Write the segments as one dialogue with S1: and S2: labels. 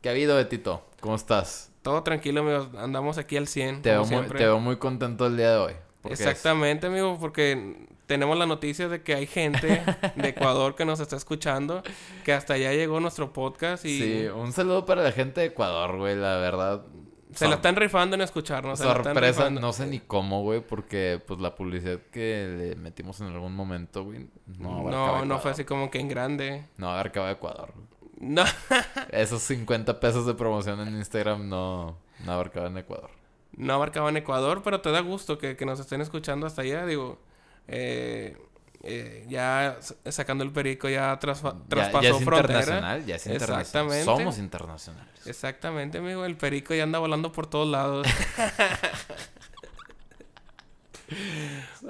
S1: ¿Qué ha habido, Betito? ¿Cómo estás?
S2: Todo tranquilo, amigos. Andamos aquí al 100.
S1: Te,
S2: como
S1: veo muy,
S2: siempre.
S1: te veo muy contento el día de hoy. porque es-
S2: Exactamente, amigo, porque tenemos la noticia de que hay gente de Ecuador que nos está escuchando, que hasta allá llegó nuestro podcast y
S1: Sí, un saludo para la gente de Ecuador, güey, la verdad.
S2: se la
S1: sor-
S2: están rifando en escucharnos. se la están
S1: sorpresa,
S2: rifando.
S1: no sé ni cómo, güey, porque pues la publicidad que le metimos en algún momento, güey, no
S2: No,
S1: abarcaba
S2: no, fue
S1: Ecuador.
S2: así como que en grande.
S1: No abarcaba Ecuador. güey.
S2: No,
S1: Esos 50 pesos de promoción en Instagram no, no abarcaban Ecuador.
S2: no abarcaba en Ecuador, pero te da gusto que, que nos estén escuchando hasta allá, digo. eh, eh, ya s- sacando el perico, ya, trasfa-
S1: Ya-
S2: traspasó
S1: ya es
S2: frontera.
S1: internacional, ya es internacional.
S2: Exactamente.
S1: Somos internacionales.
S2: Exactamente, amigo. El perico ya anda volando por todos lados.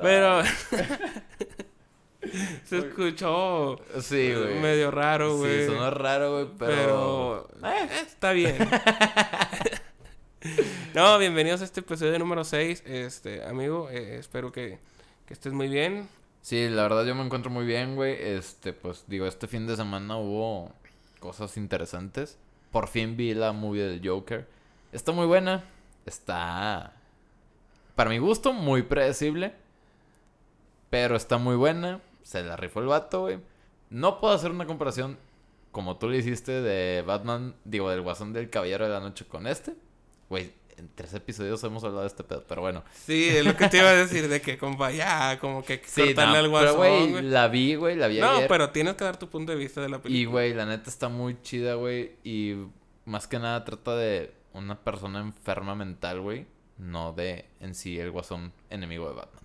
S2: Pero se escuchó
S1: Sí, güey.
S2: medio raro, güey.
S1: Sí, sonó raro, güey, pero...
S2: Pero eh, está bien. no, bienvenidos a este episodio número 6. Este, amigo, eh, espero que, que estés muy bien.
S1: Sí, la verdad yo me encuentro muy bien, güey. Este, pues digo, este fin de semana hubo cosas interesantes. Por fin vi la movie del Joker. Está muy buena. Está, para mi gusto, muy predecible. Pero está muy buena. Se la rifó el vato, güey. No puedo hacer una comparación como tú le hiciste de Batman, digo, del Guasón del Caballero de la Noche con este. Güey, en tres episodios hemos hablado de este pedo, pero bueno.
S2: Sí, es lo que te iba a decir de que compa, ya, como que hay que cortarle
S1: no,
S2: algo
S1: pero,
S2: al
S1: güey,
S2: guasón, güey.
S1: la vi, güey, la vi
S2: No,
S1: ayer.
S2: pero tienes que dar tu punto de vista de la película.
S1: Y, güey, la neta está muy chida, güey. Y más que nada trata de una persona enferma mental, güey. No de en sí el guasón enemigo de Batman.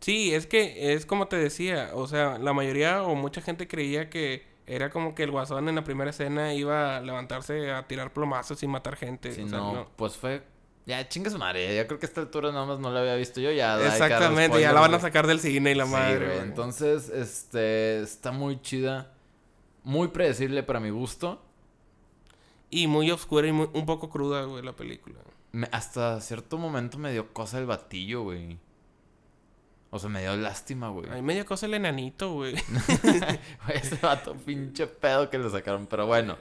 S2: Sí, es que es como te decía, o sea, la mayoría o mucha gente creía que era como que el guasón en la primera escena iba a levantarse a tirar plomazos y matar gente.
S1: si
S2: o
S1: no,
S2: sea, no.
S1: pues fue. Ya, chingue su madre. Ya creo que a esta altura nada más no la había visto yo. Ya, like,
S2: Exactamente, ya
S1: spoiler,
S2: la van a
S1: güey.
S2: sacar del cine y la
S1: Sí,
S2: madre.
S1: güey,
S2: güey.
S1: Entonces, este. Está muy chida. Muy predecible para mi gusto.
S2: Y muy oscura y muy- un poco cruda, güey, la película.
S1: Me- hasta cierto momento me dio cosa el batillo, güey. O sea, me dio lástima, güey.
S2: A mí me dio cosa el enanito, güey.
S1: Güey, Ese vato pinche pedo que le sacaron, pero bueno.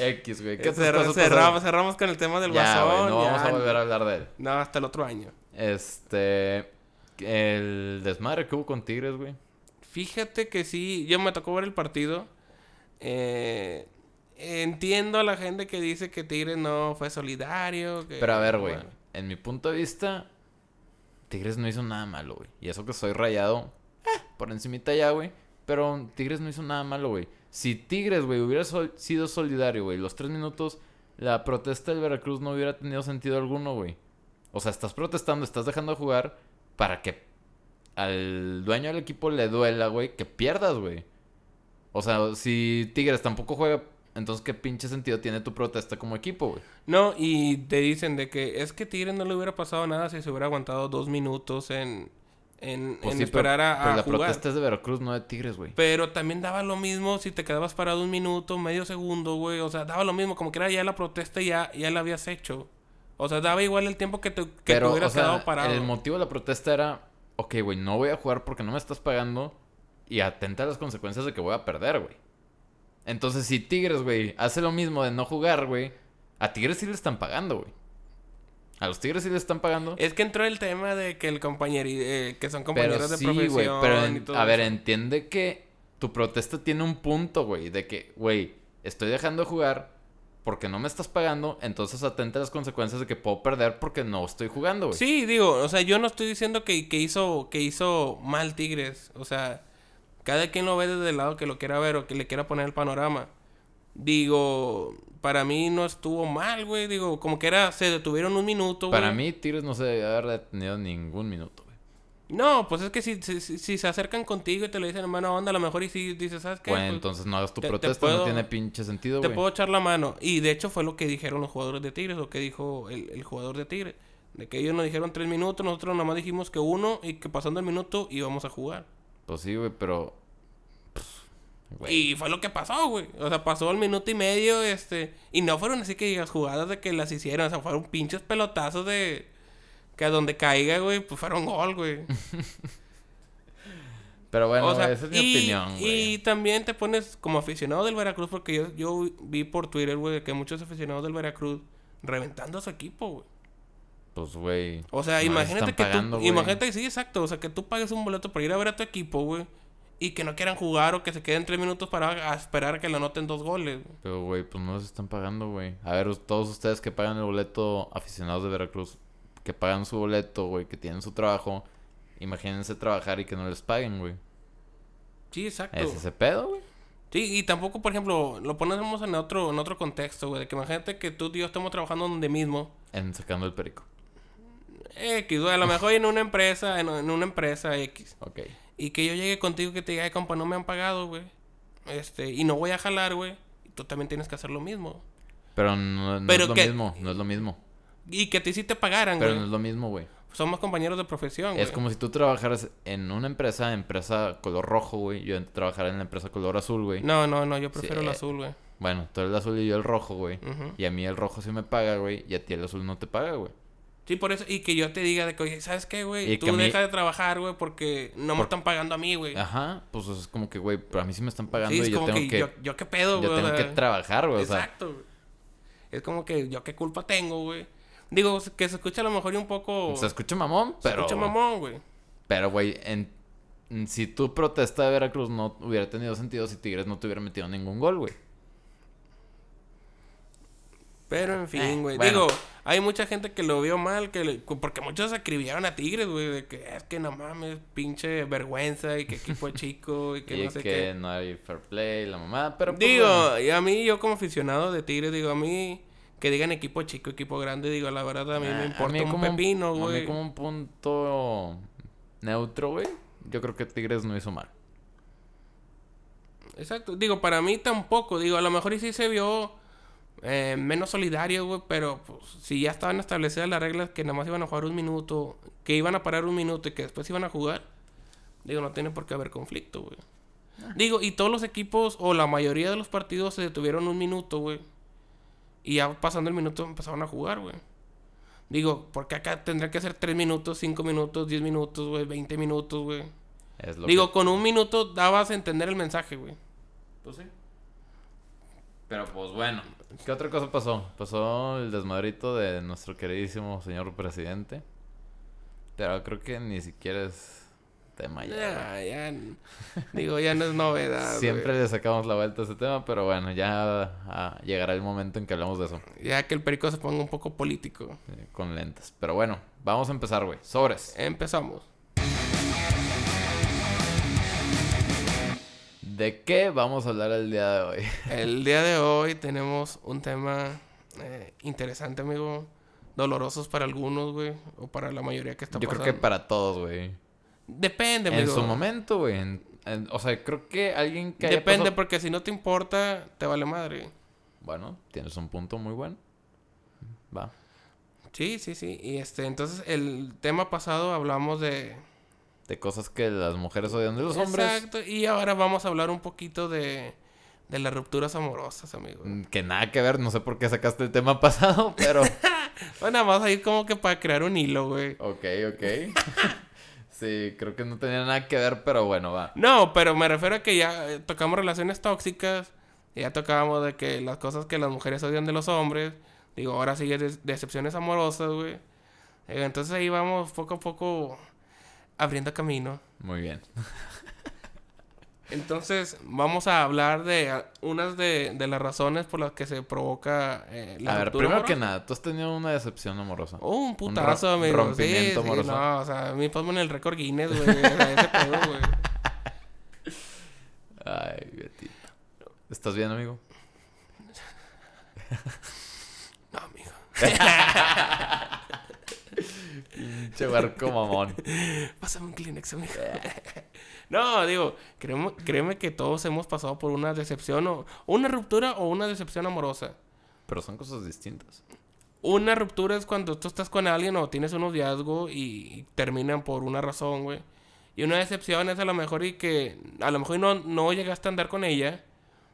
S1: X, güey. ¿Qué otras
S2: Cerra-
S1: cosas
S2: cerramos,
S1: pasaron?
S2: cerramos con el tema del
S1: Ya, güey,
S2: guasón.
S1: no vamos
S2: ya,
S1: a volver a hablar de él.
S2: No, hasta el otro año.
S1: Este... El desmadre que hubo con Tigres, güey.
S2: Fíjate que sí, yo me tocó ver el partido. Eh, entiendo a la gente que dice que Tigres no fue solidario. que-
S1: Pero a ver, güey.
S2: bueno.
S1: En mi punto de vista, Tigres no hizo nada malo, güey. Y eso que soy rayado eh, por encimita ya, güey. Pero Tigres no hizo nada malo, güey. Si Tigres, güey, hubiera sol- sido solidario, güey, los tres minutos, la protesta del Veracruz no hubiera tenido sentido alguno, güey. O sea, estás protestando, estás dejando de jugar para que al dueño del equipo le duela, güey, que pierdas, güey. O sea, si Tigres tampoco juega, entonces qué pinche sentido tiene tu protesta como equipo, güey.
S2: No, y te dicen de que es que Tigres no le hubiera pasado nada si se hubiera aguantado dos minutos en, en,
S1: Pues
S2: en
S1: sí, pero-
S2: esperar a,
S1: pero
S2: a
S1: la
S2: jugar.
S1: protesta es de Veracruz, no de Tigres, güey.
S2: Pero también daba lo mismo si te quedabas parado un minuto, medio segundo, güey. O sea, daba lo mismo. Como que era ya la protesta ya, ya la habías hecho. O sea, daba igual el tiempo que te, que te
S1: Pero,
S2: hubieras
S1: o sea,
S2: quedado parado.
S1: el motivo de la protesta era... Ok, güey, no voy a jugar porque no me estás pagando. Y atenta a las consecuencias de que voy a perder, güey. Entonces, si Tigres, güey, hace lo mismo de no jugar, güey... A Tigres sí le están pagando, güey. A los Tigres sí le están pagando.
S2: Es que entró el tema de que el compañero que son compañeros
S1: Pero
S2: de
S1: sí,
S2: profesión
S1: güey, pero en-
S2: y todo
S1: a ver,
S2: eso.
S1: entiende que tu protesta tiene un punto, güey, de que, güey, estoy dejando de jugar porque no me estás pagando, entonces atenta a las consecuencias de que puedo perder porque no estoy jugando, güey.
S2: Sí, digo, o sea, yo no estoy diciendo que, que hizo que hizo mal Tigres, o sea, cada quien lo ve desde el lado que lo quiera ver o que le quiera poner el panorama. Digo, para mí no estuvo mal, güey, digo, como que era se detuvieron un minuto, güey.
S1: Para mí, Tigres no se debe haber detenido ningún minuto, güey.
S2: No, pues es que si, si, si- si se acercan contigo y te lo dicen en buena onda, a lo mejor y si dices, ¿sabes qué?
S1: Bueno,
S2: Pues,
S1: entonces no hagas tu
S2: te- te
S1: protesta, no
S2: puedo-
S1: tiene pinche sentido,
S2: Te
S1: güey.
S2: puedo echar la mano. Y de hecho fue lo que dijeron los jugadores de Tigres, lo que dijo el, el jugador de Tigres. De que ellos nos dijeron tres minutos, nosotros nomás dijimos que uno y que pasando el minuto íbamos a jugar.
S1: Pues sí, güey, pero... Pff, güey.
S2: Y fue lo que pasó, güey. O sea, pasó el minuto y medio, este... Y no fueron así que digas jugadas de que las hicieron. O sea, fueron pinches pelotazos de... Que a donde caiga, güey, pues fueron gol, güey.
S1: Pero bueno,
S2: O sea,
S1: güey, esa es mi
S2: y,
S1: opinión, güey.
S2: y también te pones como aficionado del Veracruz, porque yo, yo vi por Twitter, güey, que muchos aficionados del Veracruz reventando a su equipo, güey.
S1: Pues, güey.
S2: O sea,
S1: no les
S2: imagínate
S1: están
S2: que
S1: pagando,
S2: tú,
S1: güey.
S2: imagínate que sí, exacto, o sea, que tú pagues un boleto para ir a ver a tu equipo, güey, y que no quieran jugar o que se queden tres minutos para a esperar que le anoten dos goles. güey.
S1: Pero, güey, pues no los están pagando, güey. A ver, us- todos ustedes que pagan el boleto, aficionados de Veracruz, que pagan su boleto, güey, que tienen su trabajo, imagínense trabajar y que no les paguen, güey.
S2: Sí, exacto.
S1: ¿Es ese pedo, güey?
S2: Sí, y tampoco, por ejemplo, lo ponemos en otro, en otro contexto, güey, de que imagínate que tú y yo estamos trabajando donde mismo.
S1: En sacando el perico.
S2: X, güey, a lo mejor en una empresa, en- en una empresa X.
S1: Ok.
S2: Y que yo llegue contigo y que te diga, ay, compa, no me han pagado, güey. Este, y no voy a jalar, güey. Y Tú también tienes que hacer lo mismo.
S1: Pero no, no
S2: Pero
S1: es lo
S2: que-
S1: mismo, no es lo mismo.
S2: Y que a ti sí te pagaran,
S1: Pero no
S2: güey.
S1: es lo mismo, güey.
S2: Somos compañeros de profesión, güey.
S1: Es como si tú trabajaras en una empresa, empresa color rojo, güey. Yo trabajara en la empresa color azul, güey.
S2: No, no, no, yo prefiero
S1: Sí,
S2: el
S1: eh.
S2: azul, güey.
S1: Bueno, tú eres el azul y yo el rojo, güey.
S2: Ujú.
S1: Y a mí el rojo sí me paga, güey. Y a ti el azul no te paga, güey.
S2: Sí, por eso. Y que yo te diga de que, oye, ¿sabes qué, güey?
S1: Y
S2: Tú
S1: que a mí-
S2: deja de trabajar, güey, porque no me
S1: Por-
S2: están pagando a mí, güey.
S1: Ajá, pues o sea, es como que, güey, pero a mí sí me están pagando
S2: Sí, es
S1: y yo
S2: como
S1: tengo
S2: que,
S1: que,
S2: yo, yo qué pedo,
S1: yo
S2: güey. o
S1: tengo que
S2: sea.
S1: trabajar, güey. O sea,
S2: Exacto, güey. Es como que yo qué culpa tengo, güey. Digo, que se escucha a lo mejor y un poco...
S1: se escucha mamón,
S2: se
S1: pero.
S2: escucha mamón, güey.
S1: Pero, güey, en- en- si tu protesta de Veracruz no hubiera tenido sentido si Tigres no te hubiera metido ningún gol, güey.
S2: Pero en fin, güey.
S1: Eh, bueno.
S2: Digo, hay mucha gente que lo vio mal, que le- porque muchos acribillaron a Tigres, güey, de que es que no mames, pinche vergüenza y que equipo chico y que
S1: y
S2: no sé
S1: que
S2: qué.
S1: no hay fair play, la mamada, pero. pues, bueno.
S2: Digo, y a mí yo como aficionado de Tigres, digo, a mí que digan equipo chico, equipo grande, digo, la verdad a mí
S1: Ah,
S2: me importa
S1: mí
S2: un
S1: como
S2: pepino,
S1: A
S2: güey.
S1: mí como un punto neutro, güey. Yo creo que Tigres no hizo mal.
S2: Exacto. Digo, para mí tampoco, digo, a lo mejor y sí se vio eh, menos solidario, güey, pero pues, si ya estaban establecidas las reglas que nada más iban a jugar un minuto, que iban a parar un minuto y que después iban a jugar, digo, no tiene por qué haber conflicto, güey. Digo, y todos los equipos o la mayoría de los partidos se detuvieron un minuto, güey. Y ya pasando el minuto empezaron a jugar, güey. Digo, porque acá tendría que ser 3 minutos, 5 minutos, 10 minutos, güey, 20 minutos, güey.
S1: Es lo
S2: Digo,
S1: que-
S2: con un minuto dabas a entender el mensaje, güey.
S1: Pues sí. Pero pues bueno. ¿Qué otra cosa pasó? Pasó el desmadrito de nuestro queridísimo señor presidente. Pero creo que ni siquiera es tema Ah, ya. güey.
S2: Ya, ya. n- Digo, ya no es novedad.
S1: Siempre
S2: Ah, güey.
S1: le sacamos la vuelta a ese tema, pero bueno, ya ah, llegará el momento en que hablamos de eso.
S2: Ya que el perico se ponga un poco político.
S1: eh, con lentes. Pero bueno, vamos a empezar, güey. Sobres.
S2: Empezamos.
S1: ¿De qué vamos a hablar el día de hoy?
S2: El día de hoy tenemos un tema eh, interesante, amigo. Dolorosos para algunos, güey. O para la mayoría que está
S1: Yo creo
S2: pasando.
S1: que para todos, güey.
S2: Depende, amigo.
S1: En su momento, güey. en- en- o sea, creo que alguien que haya
S2: Depende,
S1: pasado-
S2: porque si no te importa, te vale madre.
S1: Bueno, tienes un punto muy bueno. Va.
S2: Sí, sí, sí. Y este, entonces, el tema pasado hablamos de.
S1: De cosas que las mujeres odian de los hombres.
S2: Exacto. Y ahora vamos a hablar un poquito de. De las rupturas amorosas, amigo.
S1: mm, Que nada que ver, no sé por qué sacaste el tema pasado, pero...
S2: Bueno, vamos a ir como que para crear un hilo, güey.
S1: ok, ok. sí, creo que no tenía nada que ver, pero bueno, va.
S2: No, pero me refiero a que ya eh, tocamos relaciones tóxicas, y ya tocábamos de que las cosas que las mujeres odian de los hombres, digo, ahora sigue des- decepciones amorosas, güey. Eh, Entonces ahí vamos poco a poco abriendo camino.
S1: Muy bien.
S2: Entonces vamos a hablar de a, unas de, de las razones por las que se provoca eh, la
S1: a ver,
S2: ruptura
S1: primero que
S2: amorosa.
S1: nada, tú has tenido una decepción amorosa.
S2: Oh, un
S1: ro-
S2: putazo, amigo. Sí,
S1: rompimiento
S2: sí,
S1: amoroso.
S2: no, o sea, a mí ponme en el récord Guinness, güey. o sea, ese pedo, güey.
S1: Ay, Betito. ¿Estás bien, amigo?
S2: No, amigo.
S1: Che, barco mamón.
S2: Pásame un Kleenex, amigo. no, digo, créeme, créeme que todos hemos pasado por una decepción o una ruptura o una decepción amorosa.
S1: Pero son cosas distintas.
S2: Una ruptura es cuando tú estás con alguien o tienes un noviazgo y, y terminan por una razón, güey. Y una decepción es a lo mejor y que a lo mejor y no, no llegaste a andar con ella,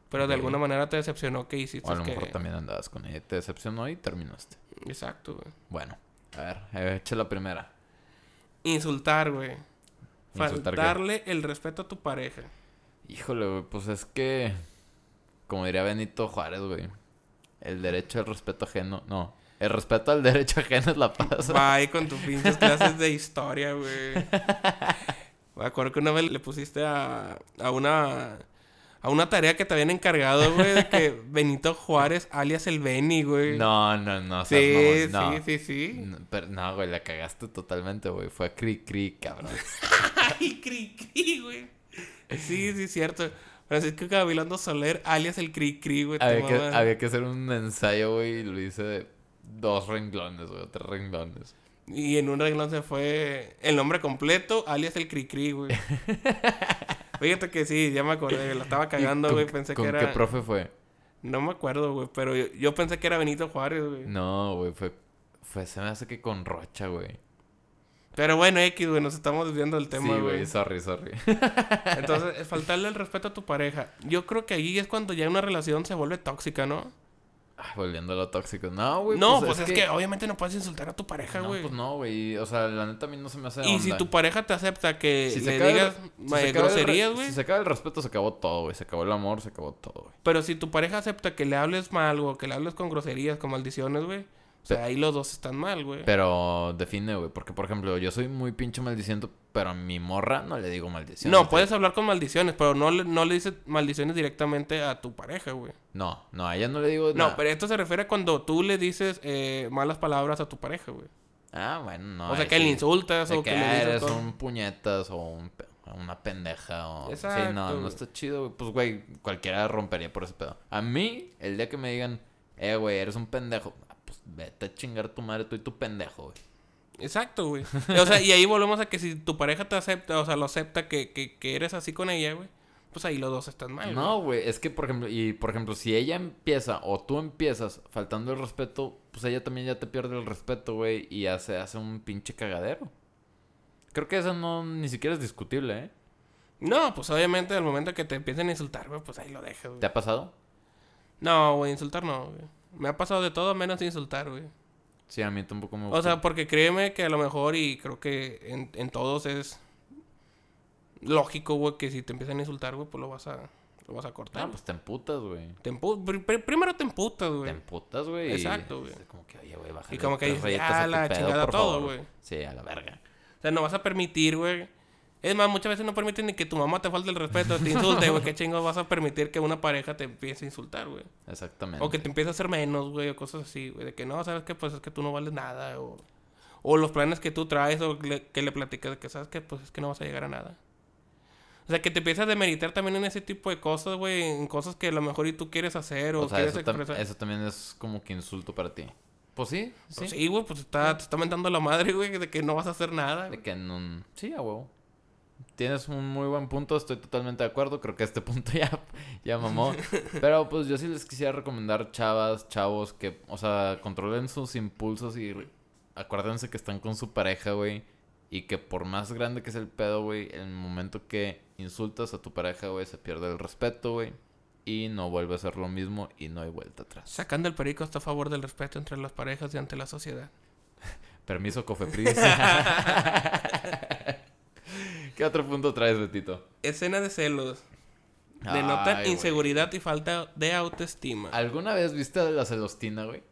S2: pero de
S1: Ok.
S2: alguna manera te decepcionó que hiciste.
S1: O a lo
S2: que-
S1: mejor también andabas con ella, te decepcionó y terminaste.
S2: Exacto, güey.
S1: eh, Bueno, a ver, echa la primera.
S2: Insultar, güey.
S1: ¿Insultar qué?
S2: Faltarle el respeto a tu pareja.
S1: Híjole, güey, pues es que. Como diría Benito Juárez, güey. El derecho al respeto ajeno. No. El respeto al derecho ajeno es la paz.
S2: Bye con tus pinches clases de historia, güey. Me acuerdo que una vez le pusiste a, a una a una tarea que te habían encargado, güey, de que Benito Juárez, alias el Beni, güey.
S1: No, no, no. seas
S2: Sí,
S1: mamón, no.
S2: sí, sí, sí.
S1: No, pero no, güey, la cagaste totalmente, güey. Fue a cri cri, cabrón.
S2: Ay, cri cri, güey. Sí, sí, cierto. Francisco Gabilondo Soler, alias el cri cri, güey. te
S1: había, que,
S2: mamas.
S1: había que hacer un ensayo, güey, y lo hice de dos renglones, güey, tres renglones.
S2: Y en un renglón se fue el nombre completo, alias el cri cri, güey. Fíjate que sí, ya me acordé, la estaba cagando,
S1: ¿Y
S2: güey,
S1: con-
S2: pensé
S1: ¿Con
S2: que era...
S1: qué profe fue?
S2: No me acuerdo, güey, pero yo, yo pensé que era Benito Juárez, güey.
S1: No, güey, fue, fue. Se me hace que con Rocha, güey.
S2: Pero bueno, X, güey, nos estamos desviando del tema,
S1: sí,
S2: güey.
S1: güey, sorry, sorry.
S2: Entonces, es faltarle el respeto a tu pareja. Yo creo que ahí es cuando ya una relación se vuelve tóxica, ¿no?
S1: Ah, Volviendo a lo tóxico. No, güey.
S2: no, pues, es, que... obviamente no puedes insultar a tu pareja,
S1: No,
S2: güey.
S1: pues no, güey. O sea, la neta a mí no se me hace
S2: y
S1: onda.
S2: si tu pareja te acepta que
S1: Si se
S2: le
S1: acaba el-
S2: digas
S1: si se
S2: eh,
S1: acaba el re-
S2: groserías, güey.
S1: Si se acaba el respeto, se acabó todo, güey. Se acabó el amor, se acabó todo, güey.
S2: Pero si tu pareja acepta que le hables mal o que le hables con groserías, con maldiciones, güey. O sea, ahí los dos están mal, güey.
S1: Pero define, güey. Porque, por ejemplo, yo soy muy pinche maldiciento, pero a mi morra no le digo maldición.
S2: No, puedes hablar con maldiciones, pero no le, no le dices maldiciones directamente a tu pareja, güey.
S1: No, no, a ella no le digo
S2: No,
S1: nada.
S2: pero esto se refiere a cuando tú le dices eh, malas palabras a tu pareja, güey.
S1: Ah, bueno, no.
S2: o sea,
S1: ahí
S2: que le
S1: sí.
S2: insultas
S1: De
S2: o
S1: que
S2: que, le
S1: ah,
S2: dices
S1: eres
S2: cosas.
S1: un puñetas o un pe- una pendeja o... sí,
S2: Exacto,
S1: no, no
S2: güey.
S1: está chido, güey. Pues, güey, cualquiera rompería por ese pedo. A mí, el día que me digan, eh, güey, eres un pendejo. ah, Pues vete a chingar tu madre, tú y tu pendejo, güey.
S2: Exacto, güey. O sea, y ahí volvemos a que si tu pareja te acepta, o sea, lo acepta que, que, que eres así con ella, güey. Pues ahí los dos están mal.
S1: No, güey, es que, por ejemplo, y por ejemplo, si ella empieza o tú empiezas faltando el respeto, pues ella también ya te pierde el respeto, güey, y ya se hace un pinche cagadero. Creo que eso no, ni siquiera es discutible, ¿eh?
S2: güey. No, pues obviamente al momento que te empiecen a insultar, güey, pues ahí lo dejas, güey.
S1: ¿Te ha pasado?
S2: No, güey, insultar no, güey. Me ha pasado de todo menos insultar, güey.
S1: Sí, a mí tampoco me gusta.
S2: O sea, porque créeme que a lo mejor y creo que en, en todos es lógico, güey, que si te empiezan a insultar, güey, pues lo vas a, lo vas a cortar.
S1: Ah, pues te emputas, güey.
S2: Te empu- pri- pri- primero te emputas,
S1: Te
S2: güey.
S1: emputas, güey. y
S2: Exacto, güey.
S1: es Como que, oye, güey, baja.
S2: Y como que dices, "Ah, la chingada todo, güey.
S1: Sí, a la verga.
S2: O sea, no vas a permitir, güey. Es más, muchas veces no permiten ni que tu mamá te falte el respeto, te insulte, güey. ¿Qué chingo vas a permitir que una pareja te empiece a insultar, güey?
S1: Exactamente.
S2: O que te empiece a hacer menos, güey, o cosas así, güey. De que no, sabes que pues es que tú no vales nada, o, o los planes que tú traes, o le- que le platicas de que sabes que pues es que no vas a llegar a nada. O sea, que te empiezas a demeritar también en ese tipo de cosas, güey, en cosas que a lo mejor y tú quieres hacer o,
S1: O sea,
S2: quieres
S1: eso, tam-
S2: expresar.
S1: eso también es como que insulto para ti. Pues sí, sí.
S2: Pues sí, güey, pues está, te está mentando la madre, güey, de que no vas a hacer nada.
S1: De que no... Sí, a huevo. Tienes un muy buen punto, estoy totalmente de acuerdo. Creo que este punto ya, ya mamó. Pero pues yo sí les quisiera recomendar, chavas, chavos, que, o sea, controlen sus impulsos y re- acuérdense que están con su pareja, güey. Y que por más grande que es el pedo, güey, en el momento que insultas a tu pareja, güey, se pierde el respeto, güey. Y no vuelve a ser lo mismo y no hay vuelta atrás.
S2: Sacando el perico está a favor del respeto entre las parejas y ante la sociedad.
S1: Permiso, Cofepris. ¿Qué otro punto traes, Betito?
S2: Escena de celos. Denotan
S1: Ay, güey.
S2: inseguridad y falta de autoestima.
S1: ¿Alguna vez viste a la Celostina, güey?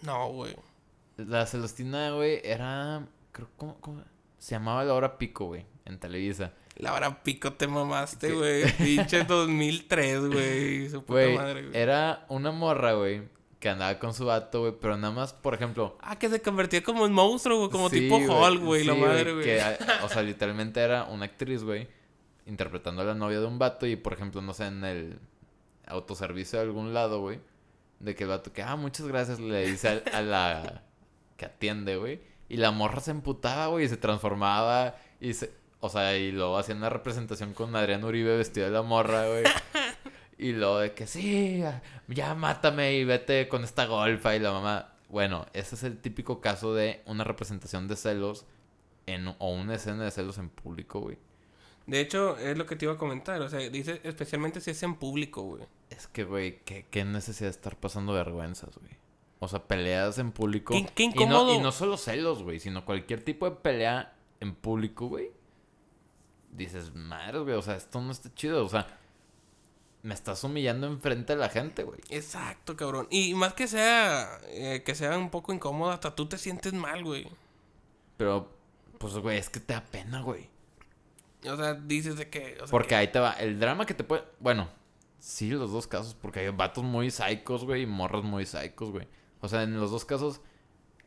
S2: No, güey.
S1: La Celostina, güey, era. Creo, ¿cómo, cómo? Se llamaba La Hora Pico, güey, en Televisa.
S2: La hora pico te mamaste,
S1: ¿Qué?
S2: güey. Pinche 2003, güey. Su puta
S1: Güey,
S2: madre, güey.
S1: era una morra, güey, que andaba con su vato, güey, pero nada más, por ejemplo.
S2: Ah, que se convertía como en monstruo, güey. Como
S1: Sí,
S2: tipo Hulk, güey. la
S1: sí,
S2: madre, güey.
S1: que, a- o sea, literalmente era una actriz, güey, interpretando a la novia de un vato y, por ejemplo, no sé, en el autoservicio de algún lado, güey, de que el vato que, ah, muchas gracias, le dice al- a, la que atiende, güey, y la morra se emputaba, güey, y se transformaba y se... O sea, y luego hacía una representación con Adrián Uribe vestido de la morra, güey. Y luego de que sí, ya mátame y vete con esta golfa y la mamá. Bueno, ese es el típico caso de una representación de celos en, o una escena de celos en público, güey.
S2: De hecho, es lo que te iba a comentar. O sea, dice especialmente si es en público, güey.
S1: Es que, güey, qué, qué necesidad de estar pasando vergüenzas, güey. O sea, peleas en público.
S2: Qué- qué
S1: Y no- Y
S2: incómodo.
S1: no, solo celos, güey, sino cualquier tipo de pelea en público, güey. dices, madre, güey, o sea, esto no está chido, o sea, me estás humillando enfrente de la gente, güey.
S2: Exacto, cabrón. Y más que sea, eh, que sea un poco incómodo, hasta tú te sientes mal, güey.
S1: Pero, pues, güey, es que te da pena, güey.
S2: O sea, dices de que... o sea,
S1: Porque
S2: que-
S1: ahí te va. El drama que te puede. Bueno, sí, los dos casos. Porque hay vatos muy psicos, güey, y morras muy psicos, güey. O sea, en los dos casos,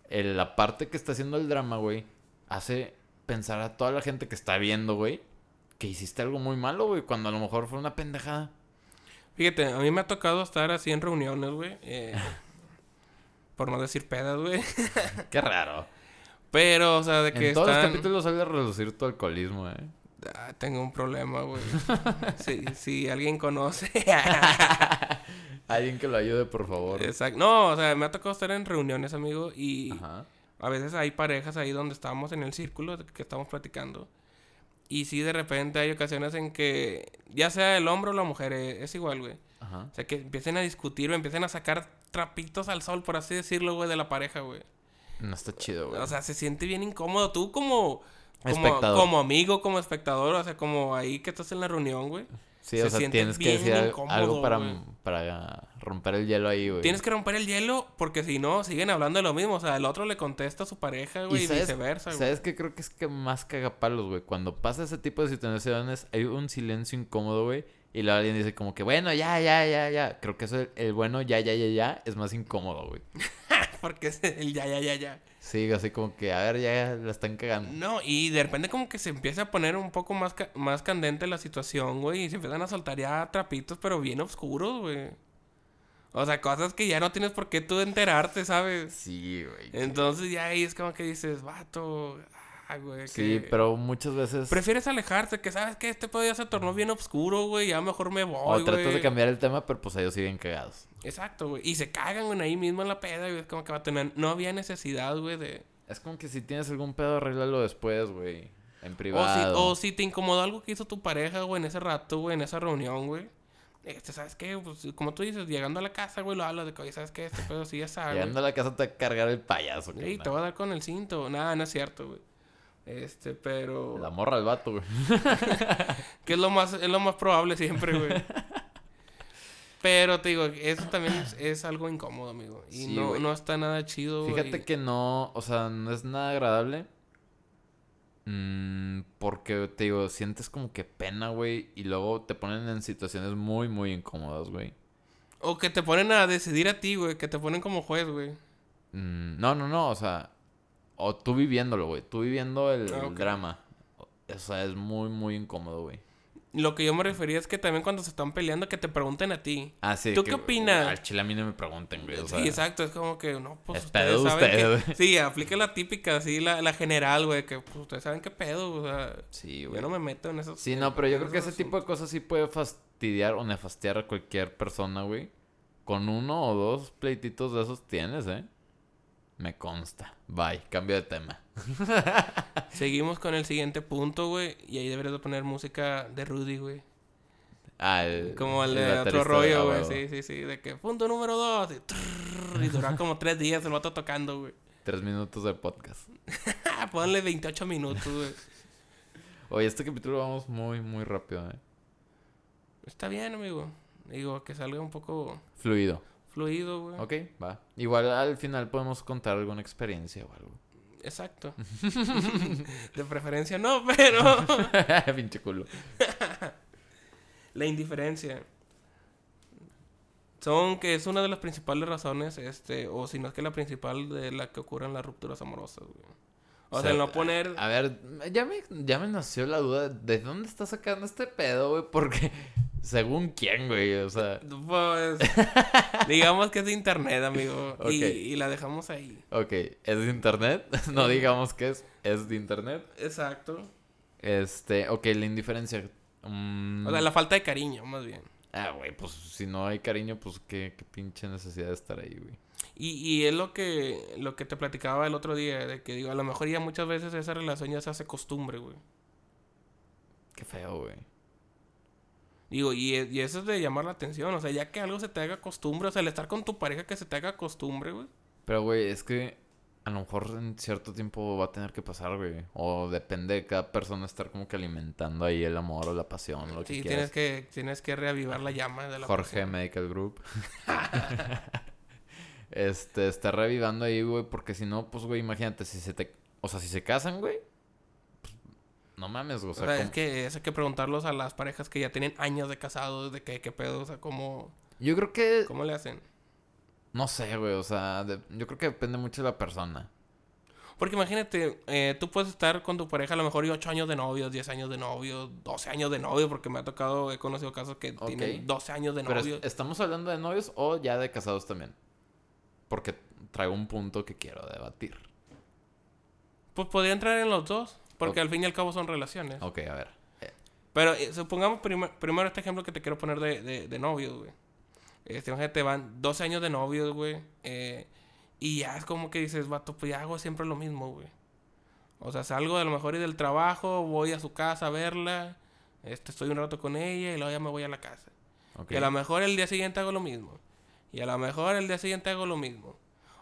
S1: el- la parte que está haciendo el drama, güey, hace pensar a toda la gente que está viendo, güey, que hiciste algo muy malo, güey, cuando a lo mejor fue una pendejada.
S2: Fíjate, a mí me ha tocado estar así en reuniones, güey. eh, por no decir pedas, güey.
S1: Qué raro.
S2: Pero, o sea, de que
S1: En todos los
S2: están...
S1: capítulos sale a relucir tu alcoholismo, eh.
S2: Ah, tengo un problema, güey. si, si alguien conoce.
S1: Alguien que lo ayude, por favor.
S2: Exacto. No, o sea, me ha tocado estar en reuniones, amigo, y
S1: Ajá.
S2: a veces hay parejas ahí donde estamos en el círculo de que estamos platicando. Y sí, de repente hay ocasiones en que, ya sea el hombre o la mujer, eh, es igual, güey.
S1: Ajá.
S2: O sea, que empiecen a discutir, güey, empiecen a sacar trapitos al sol, por así decirlo, güey, de la pareja, güey.
S1: No está chido, güey.
S2: O sea, se siente bien incómodo. Tú como... Como,
S1: Espectador.
S2: como amigo, como espectador, o sea, como ahí que estás en la reunión, güey.
S1: sí,
S2: se
S1: o sea,
S2: siente
S1: tienes que
S2: bien
S1: decir al-
S2: incómodo,
S1: algo para,
S2: güey.
S1: para romper el hielo ahí, güey.
S2: Tienes que romper el hielo porque si no, siguen hablando de lo mismo. O sea, el otro le contesta a su pareja, güey, y,
S1: sabes-
S2: viceversa, güey.
S1: ¿Sabes qué? Creo que es que más cagapalos, güey. Cuando pasa ese tipo de situaciones, hay un silencio incómodo, güey. Y luego alguien dice como que, bueno, ya, ya, ya, ya. Creo que eso, el, el bueno, ya, ya, ya, ya, es más incómodo, güey.
S2: Porque es el ya, ya, ya, ya.
S1: Sí, así como que, a ver, ya, ya la están cagando.
S2: No, y de repente como que se empieza a poner un poco más, ca- más candente la situación, güey. Y se empiezan a soltar ya trapitos, pero bien oscuros, güey. O sea, cosas que ya no tienes por qué tú enterarte, ¿sabes?
S1: Sí, güey.
S2: Entonces ya ahí es como que dices, vato, ah, güey.
S1: Sí,
S2: que-
S1: pero muchas veces...
S2: Prefieres alejarte, que sabes que este pedo ya se tornó bien oscuro, güey. Ya mejor me voy,
S1: O tratas
S2: güey.
S1: de cambiar el tema, pero pues ellos siguen cagados.
S2: Exacto, güey. Y se cagan, güey, ahí mismo en la peda, güey. Es como que va a tener... No había necesidad, güey, de...
S1: Es como que si tienes algún pedo, arréglalo después, güey. En
S2: O si,
S1: privado.
S2: o si te incomodó algo que hizo tu pareja, güey, en ese rato, güey, en esa reunión, güey. Este, ¿sabes qué? Pues, como tú dices, llegando a la casa, güey, lo hablas de que, oye, ¿sabes qué? Este pedo sí ya sabes.
S1: Llegando a la casa te va a cargar el payaso, ¿qué
S2: Y
S1: onda?
S2: te voy a dar con el cinto. Nada, no es cierto, güey. Este, pero...
S1: La morra al vato, güey.
S2: Que es lo más, es lo más probable siempre, güey. Pero te digo, eso también es, es algo incómodo, amigo. Y
S1: Sí,
S2: no,
S1: güey.
S2: no está nada chido, güey.
S1: Fíjate que no, o sea, no es nada agradable. Mm, porque te digo, sientes como que pena, güey. Y luego te ponen en situaciones muy, muy incómodas, güey.
S2: O que te ponen a decidir a ti, güey. Que te ponen como juez, güey.
S1: Mm, no, no, no, o sea. O tú viviéndolo, güey. Tú viviendo el,
S2: Ah,
S1: el
S2: ok.
S1: drama. O sea, es muy, muy incómodo, güey.
S2: Lo que yo me refería es que también cuando se están peleando, que te pregunten a ti.
S1: Ah, sí.
S2: ¿Tú
S1: que,
S2: qué opinas?
S1: Al chile a mí no me pregunten, güey. O sea,
S2: sí, exacto. Es como que, no, pues
S1: es
S2: ustedes
S1: pedo de
S2: saben que-
S1: ustedes, güey.
S2: Sí, aplica la típica, así, la, la general, güey. Que, pues, ustedes saben qué pedo, o sea...
S1: Sí,
S2: Yo
S1: güey.
S2: no me meto en esos...
S1: Sí, no, pero yo
S2: en
S1: creo que ese
S2: esos
S1: tipo de cosas sí puede fastidiar o nefastiar a cualquier persona, güey. Con uno o dos pleititos de esos tienes, ¿eh? Me consta. Bye, cambio de tema.
S2: asuntos. Seguimos con el siguiente punto, güey. Y ahí deberías de poner música de Rudy, güey.
S1: Ah, el-
S2: Como el de
S1: baterista
S2: otro rollo,
S1: ah,
S2: güey.
S1: huevo.
S2: Sí, sí, sí. De que punto número dos. Y, trrr, y duró como tres días el vato tocando, güey.
S1: Tres minutos de podcast.
S2: Ah, Ponle 28 minutos, güey.
S1: Oye, este capítulo vamos muy, muy rápido, ¿eh?
S2: Está bien, amigo. Digo, que salga un poco
S1: Fluido.
S2: fluido, güey.
S1: Ok, va. Igual al final podemos contar alguna experiencia o algo.
S2: Exacto. de preferencia no, pero...
S1: Pinche culo.
S2: La indiferencia. Son que es una de las principales razones, este, o si no es que la principal de la que ocurren las rupturas amorosas, güey. O,
S1: O sea,
S2: sea, el no poner...
S1: A ver, ya me, ya me nació la duda de dónde está sacando este pedo, güey, porque según quién, güey, o sea,
S2: Pues, digamos que es de internet, amigo. Y-
S1: Ok.
S2: Y, la dejamos ahí.
S1: ok, es de internet, no digamos que es, es de internet.
S2: Exacto.
S1: Este, ok, la indiferencia. mm,
S2: O sea, la falta de cariño, más bien.
S1: Ah, güey, pues si no hay cariño, pues qué, qué pinche necesidad de estar ahí, güey.
S2: Y, y es lo que, lo que te platicaba el otro día, de que digo, a lo mejor ya muchas veces esa relación ya se hace costumbre, güey.
S1: Qué feo, güey.
S2: Digo, y, e- y eso es de llamar la atención, o sea, ya que algo se te haga costumbre, o sea, el estar con tu pareja que se te haga costumbre, güey.
S1: Pero, güey, es que a lo mejor en cierto tiempo va a tener que pasar, güey. O depende de cada persona estar como que alimentando ahí el amor o la pasión, lo
S2: Sí,
S1: que quieras.
S2: tienes que, tienes que reavivar la llama de la
S1: Jorge
S2: pasión.
S1: Medical Group. este, está revivando ahí, güey, porque si no, pues, güey, imagínate, si se te... O sea, si se casan, güey, pues, no mames, güey. O
S2: O
S1: sea,
S2: sea, es
S1: ¿cómo-
S2: que eso hay que preguntarlos a las parejas que ya tienen años de casados, de que, qué pedo, o sea, cómo,
S1: Yo creo que...
S2: cómo le hacen.
S1: No sé, güey, o sea, de- yo creo que depende mucho de la persona.
S2: Porque imagínate, eh, tú puedes estar con tu pareja a lo mejor y 8 años de novios, 10 años de novios, 12 años de novio, porque me ha tocado, he conocido casos que
S1: Ok.
S2: tienen 12 años de
S1: Pero es-
S2: novios.
S1: estamos hablando de novios o ya de casados también. Porque traigo un punto que quiero debatir.
S2: Pues podría entrar en los dos, porque
S1: Ok.
S2: al fin y al cabo son relaciones.
S1: Ok, a ver.
S2: Pero eh, supongamos prima- primero este ejemplo que te quiero poner de, de, de novios, güey. Este, imagínate, van 12 años de novios, güey. eh, y ya es como que dices, vato, pues ya hago siempre lo mismo, güey. O sea, salgo de lo mejor y del trabajo, voy a su casa a verla. Este, estoy un rato con ella y luego ya me voy a la casa.
S1: ok.
S2: Y a lo mejor el día siguiente hago lo mismo. Y a lo mejor el día siguiente hago lo mismo.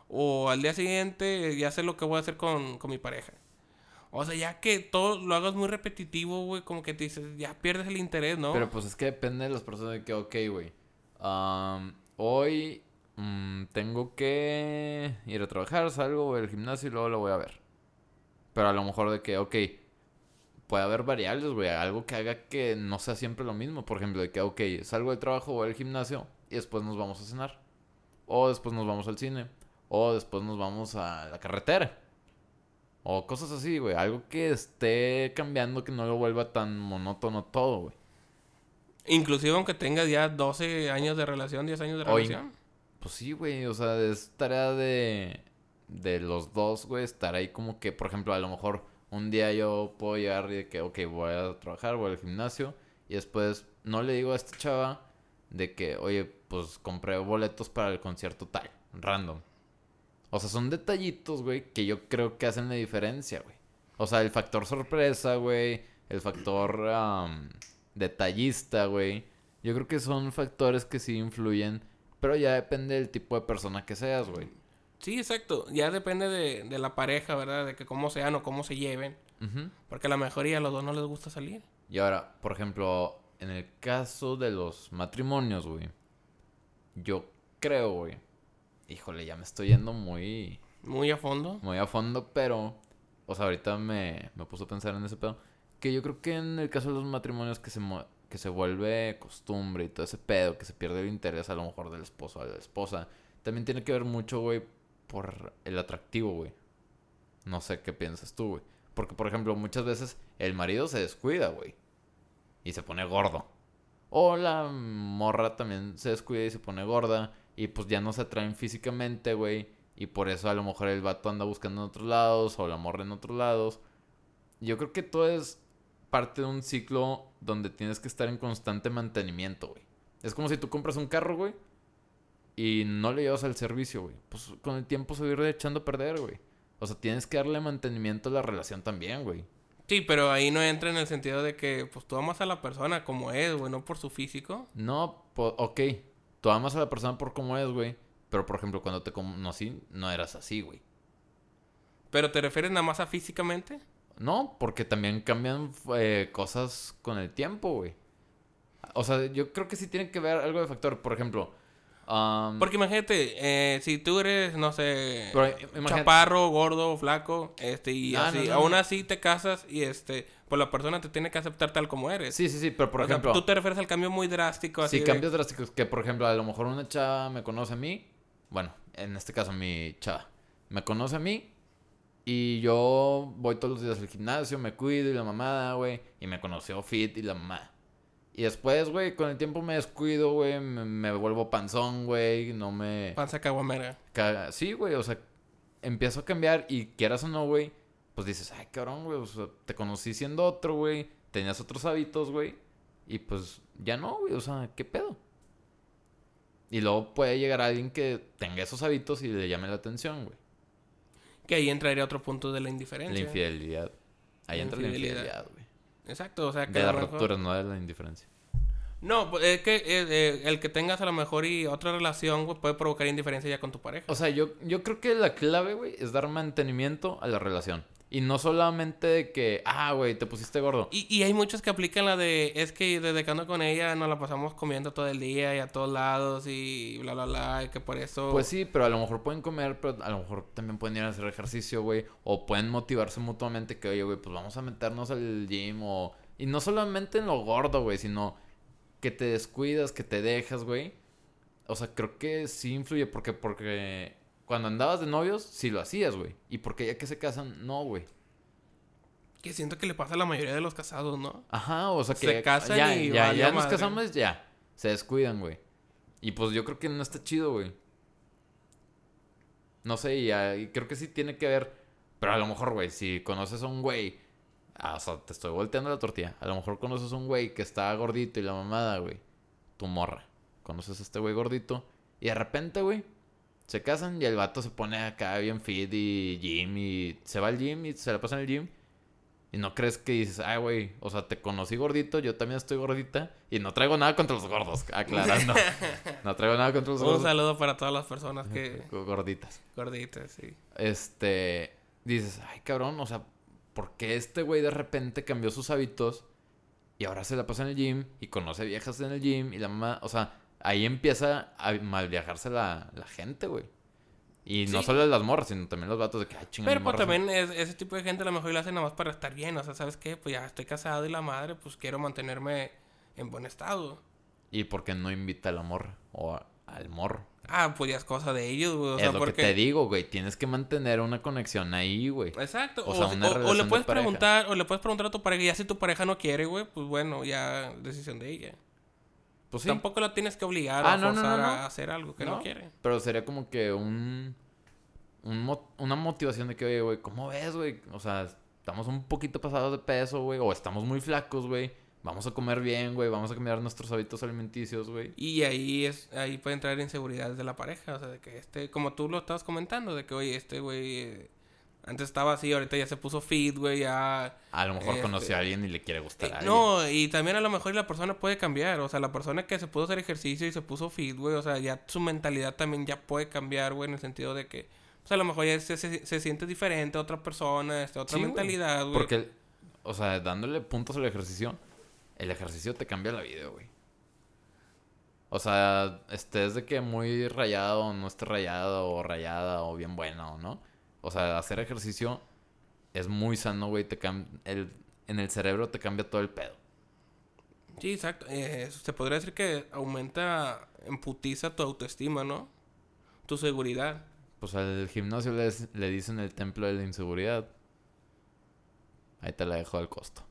S2: O al día siguiente ya sé lo que voy a hacer con, con mi pareja. O sea, ya que todo lo hagas muy repetitivo, güey, como que te dices, ya pierdes el interés, ¿no?
S1: Pero pues es que depende de las personas de que, ok, güey. am, hoy mm, tengo que ir a trabajar, salgo, voy al gimnasio y luego lo voy a ver. Pero a lo mejor de que, ok, puede haber variables, güey. Algo que haga que no sea siempre lo mismo. Por ejemplo, de que, ok, salgo del trabajo, voy al gimnasio y después nos vamos a cenar. O después nos vamos al cine. O después nos vamos a la carretera. O cosas así, güey. Algo que esté cambiando, que no lo vuelva tan monótono todo, güey.
S2: Inclusive aunque tengas ya 12 años de relación, 10 años de
S1: O in-
S2: relación.
S1: Pues sí, güey, o sea, es tarea de, de los dos, güey, estar ahí como que, por ejemplo, a lo mejor un día yo puedo llegar y de que, ok, voy a trabajar, voy al gimnasio, y después no le digo a esta chava de que, oye, pues compré boletos para el concierto tal, random. O sea, son detallitos, güey, que yo creo que hacen la diferencia, güey. O sea, el factor sorpresa, güey, el factor am, detallista, güey. Yo creo que son factores que sí influyen pero ya depende del tipo de persona que seas, güey.
S2: Sí, exacto. Ya depende de, de la pareja, ¿verdad? De que cómo sean o cómo se lleven.
S1: Ujú.
S2: Porque a la mayoría a los dos no les gusta salir.
S1: Y ahora, por ejemplo, en el caso de los matrimonios, güey. Yo creo, güey. Híjole, ya me estoy yendo muy,
S2: Muy a fondo.
S1: muy a fondo, pero... O sea, ahorita me, me puso a pensar en ese pedo. Que yo creo que en el caso de los matrimonios que se, mo- que se vuelve costumbre y todo ese pedo, que se pierde el interés a lo mejor del esposo o de la esposa, también tiene que ver mucho, güey, por el atractivo, güey. No sé qué piensas tú, güey. Porque, por ejemplo, muchas veces el marido se descuida, güey. Y se pone gordo. O la morra también se descuida y se pone gorda. Y pues ya no se atraen físicamente, güey. Y por eso a lo mejor el vato anda buscando en otros lados. O la morra en otros lados. Yo creo que todo es parte de un ciclo donde tienes que estar en constante mantenimiento, güey. Es como si tú compras un carro, güey. Y no le llevas al servicio, güey. Pues con el tiempo se va a ir echando a perder, güey. O sea, tienes que darle mantenimiento a la relación también, güey.
S2: Sí, pero ahí no entra en el sentido de que, pues tú amas a la persona como es, güey, no por su físico.
S1: No, po- ok. Tú amas a la persona por cómo es, güey. Pero, por ejemplo, cuando te conocí, no eras así, güey.
S2: Pero te refieres nada más a físicamente.
S1: No, porque también cambian eh, cosas con el tiempo, güey. O sea, yo creo que sí tiene que ver algo de factor. Por ejemplo, am,
S2: Porque imagínate, eh, si tú eres, no sé,
S1: Pero, eh, imagínate-
S2: chaparro, gordo, flaco, este, y
S1: Ah,
S2: así,
S1: no, no,
S2: aún
S1: no.
S2: así te casas y este, pues la persona te tiene que aceptar tal como eres.
S1: sí, sí, sí, pero por
S2: O sea,
S1: ejemplo,
S2: tú te refieres al cambio muy drástico, así.
S1: si
S2: de-
S1: cambios drásticos, que por ejemplo, a lo mejor una chava me conoce a mí, bueno, en este caso mi chava, me conoce a mí y yo voy todos los días al gimnasio, me cuido y la mamada, güey, y me conoció fit y la mamada. Y después, güey, con el tiempo me descuido, güey, me, me vuelvo panzón, güey, no me...
S2: Panza caguamera.
S1: Caga- Sí, güey, o sea, empiezo a cambiar y quieras o no, güey, pues dices, ay, cabrón, güey, o sea, te conocí siendo otro, güey, tenías otros hábitos, güey, y pues ya no, güey, o sea, ¿qué pedo? Y luego puede llegar alguien que tenga esos hábitos y le llame la atención, güey.
S2: Que ahí entraría otro punto de la indiferencia.
S1: La infidelidad. Ahí
S2: La
S1: entra
S2: infidelidad.
S1: la infidelidad, güey.
S2: Exacto, o sea, que
S1: De
S2: a
S1: la
S2: lo mejor-
S1: ruptura, no de la indiferencia.
S2: No, pues, es que eh, eh, el que tengas a lo mejor y otra relación, güey, puede provocar indiferencia ya con tu pareja.
S1: O sea, yo, yo creo que la clave, güey, es dar mantenimiento a la relación. Y no solamente de que, ah, güey, te pusiste gordo.
S2: Y, y hay muchos que aplican la de, es que desde que ando con ella nos la pasamos comiendo todo el día y a todos lados y bla, bla, bla, y que por eso...
S1: Pues sí, pero a lo mejor pueden comer, pero a lo mejor también pueden ir a hacer ejercicio, güey. O pueden motivarse mutuamente que, oye, güey, pues vamos a meternos al gym o... Y no solamente en lo gordo, güey, sino que te descuidas, que te dejas, güey. O sea, creo que sí influye porque, porque cuando andabas de novios, sí lo hacías, güey. Y porque ya que se casan, no, güey.
S2: Que siento que le pasa a la mayoría de los casados, ¿no?
S1: Ajá, o sea que
S2: Se casan
S1: ya,
S2: y
S1: ya,
S2: valió
S1: ya nos
S2: madre.
S1: casamos, ya. Se descuidan, güey. Y pues yo creo que no está chido, güey. No sé, y, ah, y creo que sí tiene que ver. Pero a lo mejor, güey, si conoces a un güey. ah, o sea, te estoy volteando la tortilla. A lo mejor conoces a un güey que está gordito y la mamada, güey. Tu morra. Conoces a este güey gordito. Y de repente, güey, se casan y el vato se pone acá bien fit y gym y se va al gym y se la pasa en el gym. Y no crees que dices, ay, güey, o sea, te conocí gordito, yo también estoy gordita y no traigo nada contra los gordos, aclarando. no traigo nada contra los
S2: Un
S1: gordos.
S2: saludo para todas las personas que...
S1: Gorditas.
S2: Gorditas, sí.
S1: Este, dices, ay, cabrón, o sea, ¿por qué este güey de repente cambió sus hábitos y ahora se la pasa en el gym y conoce viejas en el gym y la mamá, o sea, ahí empieza a mal viajarse la, la gente, güey. Y no
S2: Sí.
S1: solo las morras, sino también los vatos de que, ay, chinga,
S2: Pero
S1: mi
S2: pues
S1: morra se-
S2: también es- ese tipo de gente a lo mejor lo hace nada más para estar bien. O sea, ¿sabes qué? Pues ya estoy casado y la madre, pues quiero mantenerme en buen estado.
S1: Y porque no invita a la morra o a- al morro.
S2: Ah, pues ya es cosa de ellos, güey. O sea,
S1: es lo
S2: porque...
S1: que te digo, güey. Tienes que mantener una conexión ahí, güey.
S2: Exacto.
S1: O
S2: O,
S1: sea,
S2: si-
S1: una
S2: o- o
S1: relación
S2: le
S1: de
S2: puedes
S1: pareja.
S2: preguntar, o le puedes preguntar a tu pareja, ya si tu pareja no quiere, güey, pues bueno, ya decisión de ella.
S1: Pues sí.
S2: Tampoco la tienes que obligar
S1: Ah,
S2: a
S1: no, no, no,
S2: forzar
S1: no.
S2: a hacer algo que no, quiere.
S1: Pero sería como que un, un mo- una motivación de que, oye, güey, ¿cómo ves, güey? O sea, estamos un poquito pasados de peso, güey. O estamos muy flacos, güey. Vamos a comer bien, güey. Vamos a cambiar nuestros hábitos alimenticios, güey.
S2: Y ahí es, ahí puede entrar inseguridades de la pareja, o sea, de que este, como tú lo estabas comentando, de que oye, este güey eh, antes estaba así, ahorita ya se puso fit, güey, ya
S1: A lo mejor
S2: Este-
S1: conoció a alguien y le quiere gustar a
S2: Eh,
S1: alguien.
S2: No, y también a lo mejor la persona puede cambiar. O sea, la persona que se puso a hacer ejercicio y se puso fit, güey. O sea, ya su mentalidad también ya puede cambiar, güey. En el sentido de que, pues a lo mejor ya se, se- se siente diferente a otra persona, este, otra
S1: Sí, güey.
S2: mentalidad, güey.
S1: Porque, o sea, dándole puntos al ejercicio, el ejercicio te cambia la vida, güey. O sea, estés de que muy rayado, o no estés rayado, o rayada, o bien buena, o no. O sea, hacer ejercicio es muy sano, güey. Te cam- el, en el cerebro te cambia todo el pedo.
S2: Sí, exacto. Eh, se podría decir que aumenta, emputiza tu autoestima, ¿no? Tu seguridad.
S1: Pues al gimnasio les- le dicen el templo de la inseguridad. Ahí te la dejo al costo.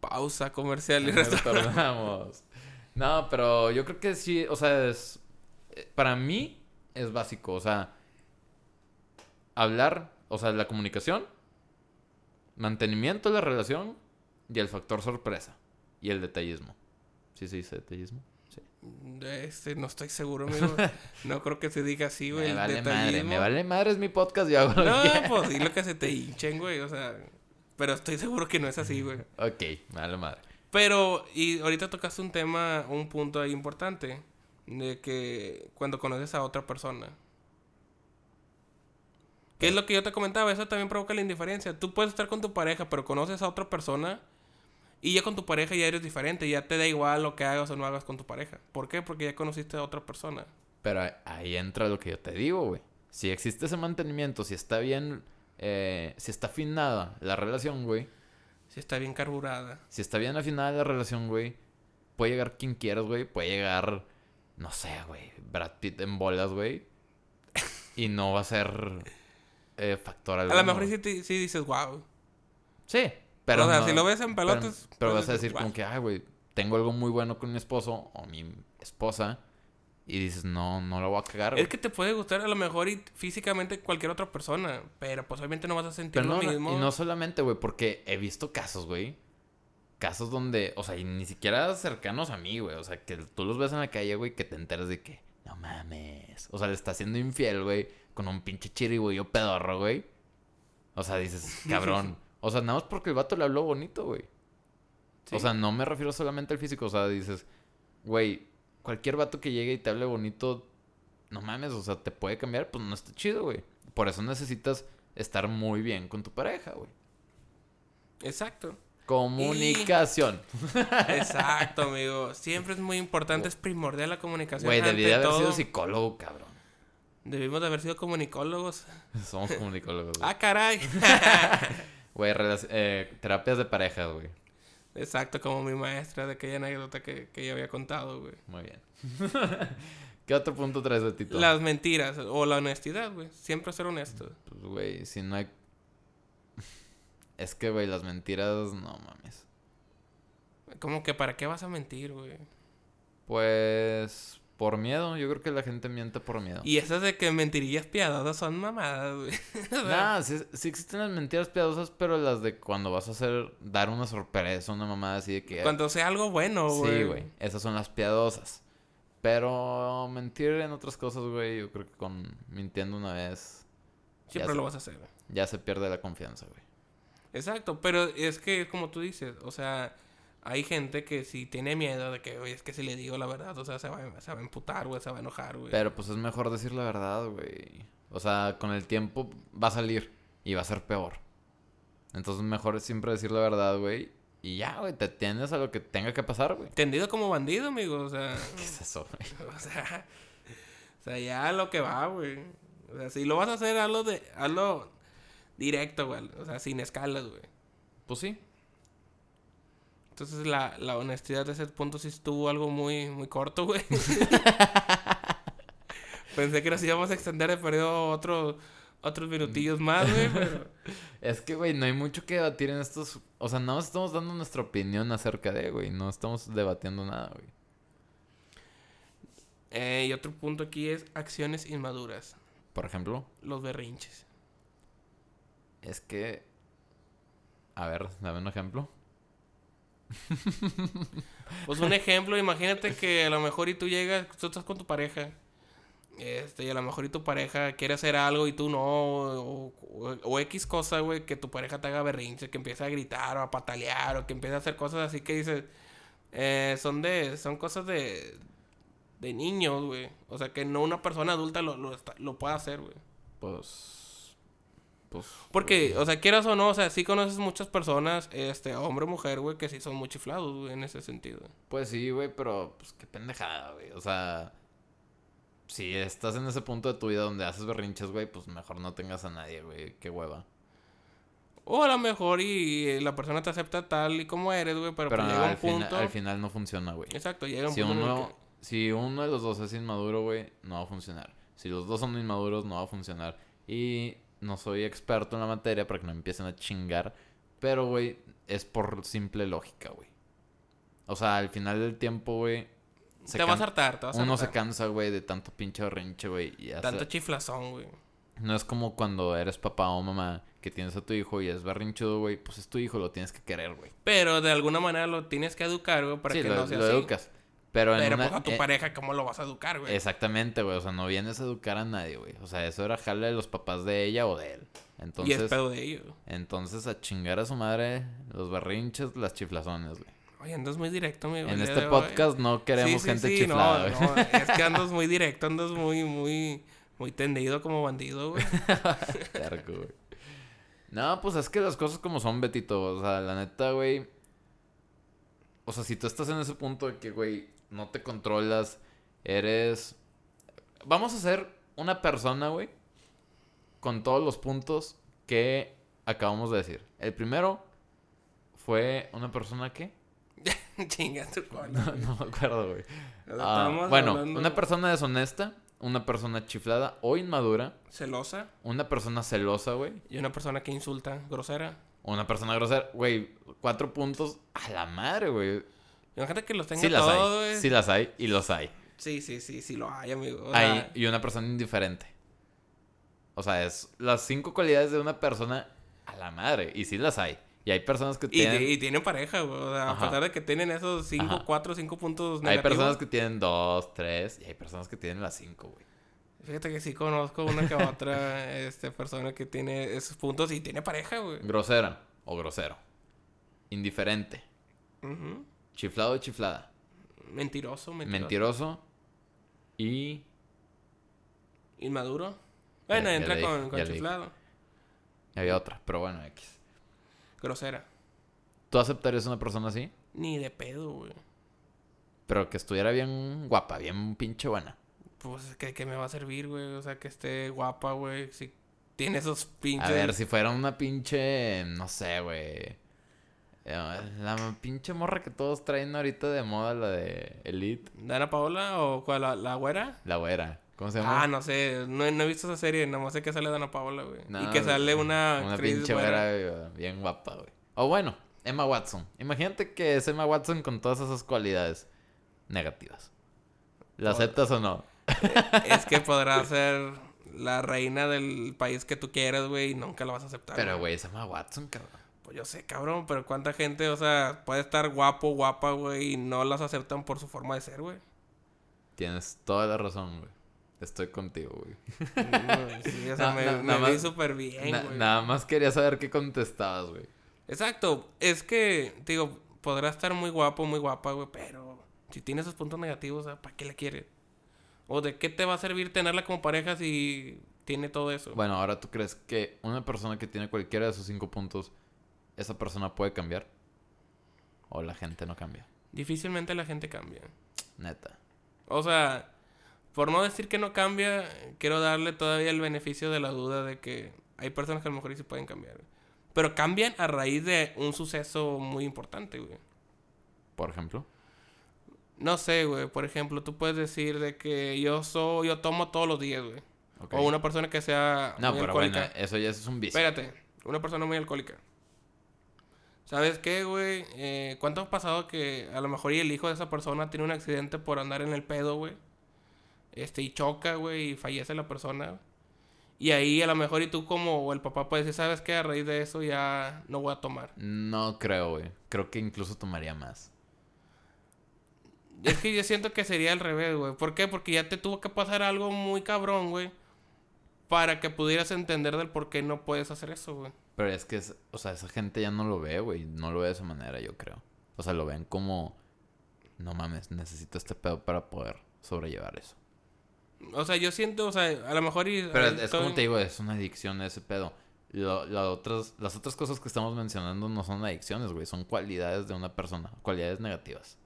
S2: Pausa comercial
S1: Ah,
S2: y resto.
S1: Retornamos. No, pero yo creo que sí, o sea, es, eh, para mí es básico, o sea, hablar, o sea, la comunicación, mantenimiento de la relación y el factor sorpresa y el detallismo. ¿Sí se dice detallismo?
S2: Este, no estoy seguro, amigo. No creo que se diga así, güey.
S1: me
S2: el
S1: vale madre,
S2: detallismo.
S1: me vale madre, es mi podcast, yo hago lo
S2: No,
S1: que quiera.
S2: pues sí, lo que se te hinchen, güey, o sea. Pero estoy seguro que no es así, güey.
S1: Ok, me vale madre.
S2: Pero, y ahorita tocaste un tema, un punto ahí importante. De que cuando conoces a otra persona. Que es lo que yo te comentaba, eso también provoca la indiferencia. Tú puedes estar con tu pareja, pero conoces a otra persona. Y ya con tu pareja ya eres diferente, ya te da igual lo que hagas o no hagas con tu pareja. ¿Por qué? Porque ya conociste a otra persona.
S1: Pero ahí- ahí entra lo que yo te digo, güey. Si existe ese mantenimiento, si está bien, eh, si está afinada la relación, güey.
S2: Si está bien carburada.
S1: Si está bien afinada la relación, güey, puede llegar quien quieras, güey. Puede llegar, no sé, güey, Brad Pitt en bolas, güey. Y no va a ser eh, factor
S2: A
S1: alguno.
S2: lo mejor
S1: güey.
S2: sí, te- sí dices, wow.
S1: Sí, pero
S2: o sea,
S1: no-
S2: si lo ves en
S1: pero-
S2: pelotas.
S1: Pero,
S2: puedes
S1: vas a
S2: decir,
S1: decir
S2: "Guau".
S1: como que, ay, güey, tengo algo muy bueno con mi esposo o mi esposa. Y dices, no, no lo voy a cagar, güey.
S2: Es que te puede gustar a lo mejor y físicamente cualquier otra persona, pero pues obviamente no vas a sentir
S1: Pero no,
S2: lo
S1: no- y
S2: mismo.
S1: no solamente, güey, porque he visto casos, güey. Casos donde, o sea, y ni siquiera cercanos a mí, güey. O sea, que tú los ves en la calle, güey, que te enteras de que, no mames. O sea, le está siendo infiel, güey, con un pinche chirigüeyo pedorro, güey. O sea, dices, cabrón. O sea, nada más porque el vato le habló bonito, güey. O sea, no me refiero solamente al físico. O sea, dices, güey, cualquier vato que llegue y te hable bonito, no mames, o sea, te puede cambiar, pues no está chido, güey. Por eso necesitas estar muy bien con tu pareja, güey.
S2: Exacto.
S1: Comunicación.
S2: Exacto, amigo. Siempre es muy importante, es primordial la comunicación.
S1: Güey,
S2: ante
S1: debí de haber sido
S2: todo.
S1: psicólogo, cabrón.
S2: Debimos de haber sido comunicólogos.
S1: Somos comunicólogos. güey.
S2: Ah, caray.
S1: Güey, relac- eh, terapias de pareja, güey.
S2: Exacto, como mi maestra de aquella anécdota que, que yo había contado, güey.
S1: Muy bien. ¿Qué otro punto traes de Tito?
S2: Las mentiras o la honestidad, güey. Siempre ser honesto.
S1: Pues, güey, si no hay... Es que, güey, las mentiras, no mames.
S2: Como que para qué vas a mentir, güey.
S1: Pues... Por miedo, yo creo que la gente miente por miedo.
S2: Y esas de que mentirillas piadosas son mamadas, güey.
S1: Nah, sí, sí existen las mentiras piadosas, pero las de cuando vas a hacer, dar una sorpresa, una mamada así de que...
S2: Cuando sea algo bueno, güey.
S1: Sí, güey, esas son las piadosas. Pero mentir en otras cosas, güey, yo creo que con mintiendo una vez
S2: Siempre
S1: Ya
S2: lo
S1: sé.
S2: vas a hacer. güey.
S1: ya se pierde la confianza, güey.
S2: Exacto, pero es que es como tú dices, o sea, hay gente que si tiene miedo de que, oye, es que si le digo la verdad, o sea, se va, se va a emputar, güey, se va a enojar, güey.
S1: Pero pues es mejor decir la verdad, güey. O sea, con el tiempo va a salir y va a ser peor. Entonces mejor es siempre decir la verdad, güey. Y ya, güey, te atiendes a lo que tenga que pasar, güey.
S2: Tendido como bandido, amigo, o sea,
S1: ¿Qué es eso, güey?
S2: o sea, o sea, ya lo que va, güey. O sea, si lo vas a hacer, hazlo, de, hazlo directo, güey, o sea, sin escalas, güey.
S1: Pues sí,
S2: Entonces la, la honestidad de ese punto sí estuvo algo muy, muy corto, güey. Pensé que nos íbamos a extender el periodo otro, otros minutillos más, güey, pero...
S1: Es que, güey, no hay mucho que debatir en estos. O sea, nada más estamos dando nuestra opinión acerca de, güey. No estamos debatiendo nada, güey.
S2: Eh, y otro punto aquí es acciones inmaduras,
S1: Por ejemplo,
S2: los berrinches.
S1: es que. A ver, dame un ejemplo.
S2: Pues un ejemplo, imagínate que a lo mejor y tú llegas, tú estás con tu pareja, este, y a lo mejor y tu pareja quiere hacer algo y tú no, o, o- o X cosa, güey, que tu pareja te haga berrinche, que empiece a gritar o a patalear, o que empiece a hacer cosas así que dices, eh, son de, son cosas de, de niños, güey. O sea, que no una persona adulta lo, lo, está- lo puede hacer, güey.
S1: Pues. Pues.
S2: Porque, o sea, quieras o no, o sea, sí conoces muchas personas, este, hombre o mujer, güey, que sí son muy chiflados, güey, en ese sentido.
S1: Pues sí, güey, pero. Pues qué pendejada, güey. O sea. Si estás en ese punto de tu vida donde haces berrinches, güey, pues mejor no tengas a nadie, güey. Qué hueva.
S2: O a lo mejor y eh, la persona te acepta tal y como eres, güey, pero,
S1: Pero
S2: pues llega un
S1: al, fina-
S2: punto...
S1: al final no funciona, güey.
S2: Exacto, llega un
S1: Si
S2: punto en el
S1: uno,
S2: que-
S1: si uno de los dos es inmaduro, güey, no va a funcionar. Si los dos son inmaduros, no va a funcionar. Y no soy experto en la materia para que no empiecen a chingar. Pero, güey, es por simple lógica, güey. O sea, al final del tiempo, güey, se
S2: te vas a
S1: can-
S2: hartar, te vas a
S1: uno se
S2: hartar.
S1: cansa, güey, de tanto pinche berrinche, güey. y hace-
S2: Tanto chiflazón, güey.
S1: No es como cuando eres papá o mamá que tienes a tu hijo y es berrinchudo, güey. Pues es tu hijo, lo tienes que querer, güey.
S2: Pero de alguna manera lo tienes que educar, güey, para
S1: Sí,
S2: que
S1: lo,
S2: no sea
S1: lo
S2: así.
S1: educas. Pero, en
S2: Pero
S1: una-
S2: pues a tu
S1: eh,
S2: pareja, ¿cómo lo vas a educar, güey?
S1: Exactamente, güey. O sea, no vienes a educar a nadie, güey. O sea, eso era jale de los papás de ella o de él.
S2: Y es
S1: Entonces,
S2: pedo de ellos.
S1: entonces a chingar a su madre los barrinches, las chiflazones, güey.
S2: Oye, andas muy directo, amigo. el
S1: En
S2: día
S1: este
S2: de hoy.
S1: podcast no queremos
S2: Sí, sí,
S1: gente
S2: sí, no,
S1: chiflada, güey.
S2: no, es que andas muy directo, andas muy, muy, muy tendido como bandido, güey.
S1: Terco, güey. No, pues es que las cosas como son, Betito. O sea, la neta, güey. O sea, si tú estás en ese punto de que, güey, no te controlas, eres. Vamos a ser una persona, güey, con todos los puntos que acabamos de decir. El primero fue una persona que.
S2: Chinga tu cola.
S1: No, no me acuerdo, güey.
S2: O sea,
S1: Ah,
S2: estábamos
S1: bueno,
S2: hablando-
S1: una persona deshonesta, una persona chiflada o inmadura,
S2: celosa
S1: una persona celosa, güey.
S2: y una persona que insulta, grosera.
S1: Una persona grosera, güey, cuatro puntos a la madre, güey.
S2: Imagínate que los tenga
S1: Sí las
S2: todo,
S1: hay,
S2: güey.
S1: sí las hay y los hay.
S2: Sí, sí, sí, sí lo hay, amigo. O
S1: hay
S2: sea,
S1: y una persona indiferente. O sea, es las cinco cualidades de una persona a la madre y sí las hay. Y hay personas que
S2: y,
S1: tienen
S2: y tienen pareja, güey. O sea,
S1: Ajá.
S2: a pesar de que tienen esos 5,
S1: Ajá.
S2: 4, 5 puntos
S1: hay
S2: negativos.
S1: personas que tienen dos, tres y hay personas que tienen las cinco, güey.
S2: Fíjate que sí conozco una que otra este, persona que tiene esos puntos y tiene pareja, güey.
S1: Grosera o grosero. Indiferente.
S2: Ujú.
S1: Chiflado, chiflada.
S2: Mentiroso, mentiroso.
S1: Mentiroso. Y.
S2: Inmaduro. Bueno,
S1: Ya- ya
S2: entra
S1: le dije,
S2: con, con
S1: ya le
S2: chiflado.
S1: Había otra, pero bueno, X.
S2: Grosera.
S1: ¿Tú aceptarías una persona así?
S2: Ni de pedo, güey.
S1: Pero que estuviera bien guapa, bien pinche buena.
S2: Pues, ¿qué, qué me va a servir, güey? O sea, que esté guapa, güey. Si tiene esos pinches...
S1: A ver, si fuera una pinche. No sé, güey. Eh, La pinche morra que todos traen ahorita de moda, la de Elite.
S2: ¿Dana Paola o cuál? ¿La, la güera?
S1: La güera. ¿Cómo se llama?
S2: Ah, no sé. No, he- no he visto esa serie. Nomás sé que sale Dana Paola, güey.
S1: No,
S2: y que sale una,
S1: Una
S2: actriz
S1: pinche
S2: güera.
S1: güera güey, bien guapa, güey. O bueno, Emma Watson. Imagínate que es Emma Watson con todas esas cualidades negativas. ¿La
S2: Todas.
S1: aceptas o no?
S2: Es que podrá ser la reina del país que tú quieras, güey. Y nunca la vas a aceptar.
S1: Pero, güey, es Emma Watson, cabrón.
S2: Pues yo sé, cabrón. Pero cuánta gente, o sea, puede estar guapo, guapa, güey. Y no las aceptan por su forma de ser, güey.
S1: Tienes toda la razón, güey. Estoy contigo, güey.
S2: Mm, sí, o
S1: Na-
S2: sea, me,
S1: na-
S2: me
S1: nada
S2: vi
S1: más-
S2: súper bien,
S1: Na-
S2: güey.
S1: nada más quería saber qué contestabas, güey.
S2: Exacto. Es que, te digo, podrá estar muy guapo, muy guapa, güey, pero si tiene esos puntos negativos, ¿para qué la quieres? ¿O de qué te va a servir tenerla como pareja si tiene todo eso?
S1: Bueno, ahora tú crees que una persona que tiene cualquiera de esos cinco puntos, esa persona puede cambiar. O la gente no cambia.
S2: Difícilmente la gente cambia.
S1: Neta.
S2: O sea, por no decir que no cambia, quiero darle todavía el beneficio de la duda de que hay personas que a lo mejor sí pueden cambiar. güey. Pero cambian a raíz de un suceso muy importante, güey.
S1: Por ejemplo.
S2: No sé, güey. Por ejemplo, tú puedes decir de que yo soy, yo tomo todos los días, güey.
S1: Ok.
S2: O una persona que sea
S1: No,
S2: muy
S1: pero bueno,
S2: alcohólica.
S1: eso ya es un vicio.
S2: Espérate, una persona muy alcohólica. ¿Sabes qué, güey? Eh, ¿Cuánto ha pasado que a lo mejor y el hijo de esa persona tiene un accidente por andar en el pedo, güey? Este, y choca, güey, y fallece la persona. Y ahí a lo mejor y tú como o el papá puedes decir, ¿sabes qué? A raíz de eso ya no voy a tomar.
S1: No creo, güey. Creo que incluso tomaría más.
S2: Es que yo siento que sería al revés, güey. ¿Por qué? Porque ya te tuvo que pasar algo muy cabrón, güey. Para que pudieras entender del por qué no puedes hacer eso, güey.
S1: Pero es que, es- o sea, esa gente ya no lo ve, güey. No lo ve de esa manera, yo creo. O sea, lo ven como... No mames, necesito este pedo para poder sobrellevar eso.
S2: O sea, yo siento, o sea, a lo mejor y...
S1: Pero
S2: a-
S1: es, es
S2: estoy-
S1: como te digo, es una adicción ese pedo. Lo- la otras, las otras cosas que estamos mencionando no son adicciones, güey. Son cualidades de una persona. Cualidades negativas.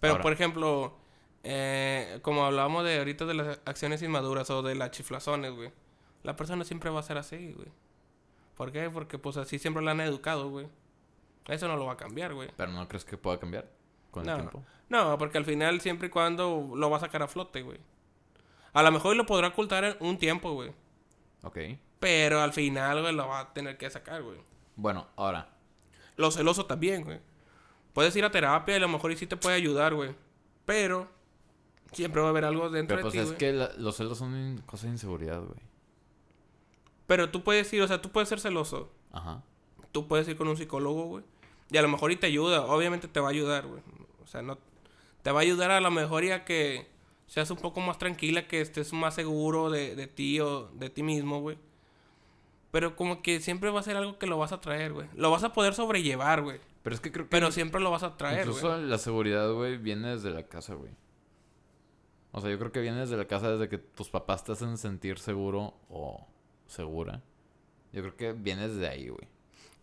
S2: Pero,
S1: Ahora.
S2: por ejemplo, eh, como hablábamos de ahorita de las acciones inmaduras o de las chiflazones, güey. La persona siempre va a ser así, güey. ¿Por qué? Porque pues así siempre la han educado, güey. Eso no lo va a cambiar, güey.
S1: Pero no crees que pueda cambiar con
S2: No.
S1: el tiempo.
S2: No, porque al final siempre y cuando lo va a sacar a flote, güey. A lo mejor lo podrá ocultar en un tiempo, güey.
S1: Ok.
S2: Pero al final, güey, lo va a tener que sacar, güey.
S1: Bueno, ahora.
S2: Lo celoso también, güey. Puedes ir a terapia y a lo mejor y sí te puede ayudar, güey. Pero siempre va a haber algo dentro
S1: Pero pues
S2: de ti,
S1: es
S2: güey.
S1: que la- los celos son in- cosas de inseguridad, güey.
S2: Pero tú puedes ir, o sea, tú puedes ser celoso.
S1: Ajá.
S2: Tú puedes ir con un psicólogo, güey. Y a lo mejor y te ayuda. Obviamente te va a ayudar, güey. O sea, no... Te va a ayudar a lo mejor y a que seas un poco más tranquila, que estés más seguro de, de ti o de ti mismo, güey. Pero como que siempre va a ser algo que lo vas a traer, güey. Lo vas a poder sobrellevar, güey.
S1: Pero es que creo que
S2: Pero siempre lo vas a traer, güey.
S1: incluso la seguridad, güey, viene desde la casa, güey. O sea, yo creo que viene desde la casa desde que tus papás te hacen sentir seguro o segura. Yo creo que viene desde ahí, güey.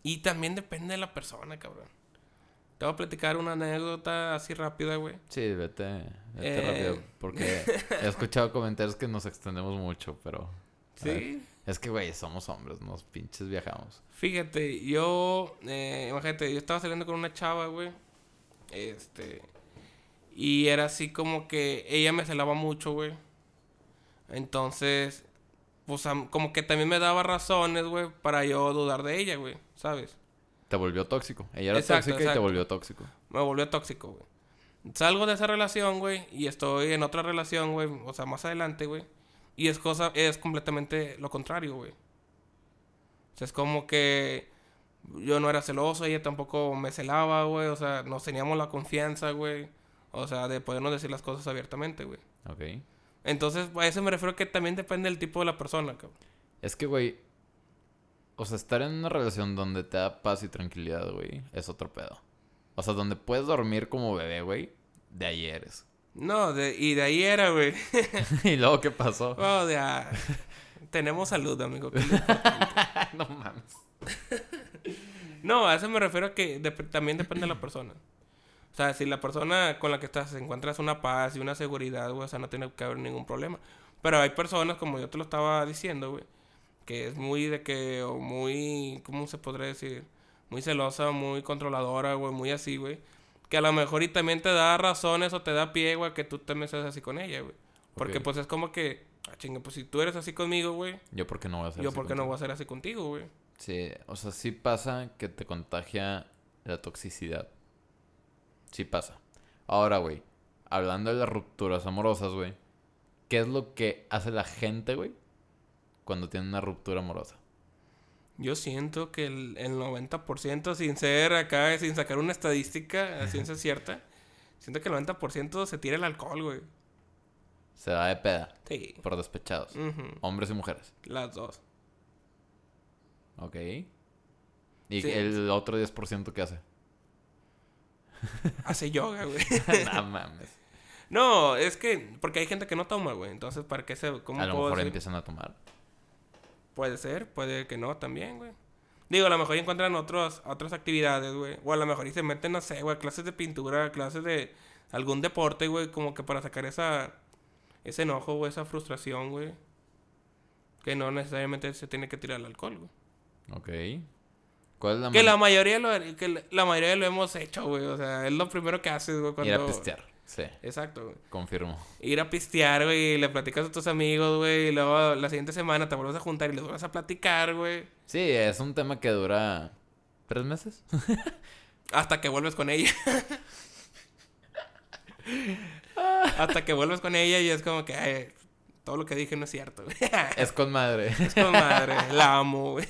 S2: Y también depende de la persona, cabrón. Te voy a platicar una anécdota así rápida, güey.
S1: Sí, vete, vete
S2: Eh.
S1: rápido. Porque he escuchado comentarios que nos extendemos mucho, pero
S2: Sí.
S1: ver. es que, güey, somos hombres, nos pinches viajamos.
S2: Fíjate, yo, eh, imagínate, yo estaba saliendo con una chava, güey. Este. Y era así como que ella me celaba mucho, güey. Entonces, pues am- como que también me daba razones, güey, para yo dudar de ella, güey, ¿sabes?
S1: Te volvió tóxico. Ella era
S2: Exacto,
S1: tóxica y te
S2: exacto.
S1: volvió tóxico.
S2: Me volvió tóxico, güey. Salgo de esa relación, güey, y estoy en otra relación, güey, o sea, más adelante, güey. Y es cosa, es completamente lo contrario, güey. O sea, es como que yo no era celoso, ella tampoco me celaba, güey, o sea, nos teníamos la confianza, güey. O sea, de podernos decir las cosas abiertamente, güey.
S1: Ok.
S2: Entonces, a eso me refiero que también depende del tipo de la persona, cabrón.
S1: Es que, güey, O sea, estar en una relación donde te da paz y tranquilidad, güey, es otro pedo. O sea, donde puedes dormir como bebé, güey, de ahí eres.
S2: No, de, y de ahí era, güey.
S1: ¿Y luego qué pasó?
S2: Wow, de, ah, tenemos salud, amigo. que le-
S1: no mames.
S2: No, a eso me refiero a que dep- también depende de la persona. O sea, si la persona con la que estás encuentras una paz y una seguridad, güey, o sea, no tiene que haber ningún problema. Pero hay personas, como yo te lo estaba diciendo, güey, que es muy de que, o muy, ¿cómo se podría decir? Muy celosa, muy controladora, güey, muy así, güey. Que a lo mejor y también te da razones o te da pie, güey, que tú también seas así con ella, güey. Porque
S1: Ok.
S2: pues es como que, ah, chinga, pues si tú eres así conmigo, güey,
S1: Yo porque no voy a hacer
S2: yo
S1: así
S2: porque no
S1: contigo?
S2: voy a ser así contigo, güey.
S1: Sí, o sea, sí pasa que te contagia la toxicidad. Sí pasa. Ahora, güey, hablando de las rupturas amorosas, güey, ¿qué es lo que hace la gente, güey, cuando tiene una ruptura amorosa?
S2: Yo siento que el, el 90%, sin ser acá, sin sacar una estadística a ciencia cierta, siento que el 90% se tira el alcohol, güey.
S1: Se va de peda
S2: Sí.
S1: por despechados,
S2: Ujú.
S1: hombres y mujeres,
S2: Las dos.
S1: ¿ok? Y
S2: Sí.
S1: el otro 10% que hace.
S2: Hace yoga, güey.
S1: no mames.
S2: No, es que, porque hay gente que no toma, güey. Entonces, ¿para qué se.? ¿Cómo
S1: A lo
S2: puedo
S1: mejor
S2: decir?
S1: empiezan a tomar.
S2: Puede ser, puede que no también, güey. Digo, a lo mejor encuentran otros, otras actividades, güey. O a lo mejor y se meten, no sé, güey, a clases de pintura, clases de algún deporte, güey, como que para sacar esa, ese enojo, güey, esa frustración, güey. Que no necesariamente se tiene que tirar el alcohol, güey.
S1: ¿Ok? ¿Cuál es la
S2: Que la
S1: man-
S2: mayoría lo, que la- la mayoría lo hemos hecho, güey. O sea, es lo primero que haces, güey, cuando...
S1: Ir a pistear. Sí,
S2: Exacto, güey.
S1: confirmo.
S2: Ir a pistear, güey, y le platicas a tus amigos, güey, y luego la siguiente semana te vuelves a juntar y les vuelves a platicar, güey.
S1: Sí, es un tema que dura tres meses.
S2: Hasta que vuelves con ella. Hasta que vuelves con ella y es como que "Ay, todo lo que dije no es cierto. güey".
S1: es con madre.
S2: es como madre, la amo. güey.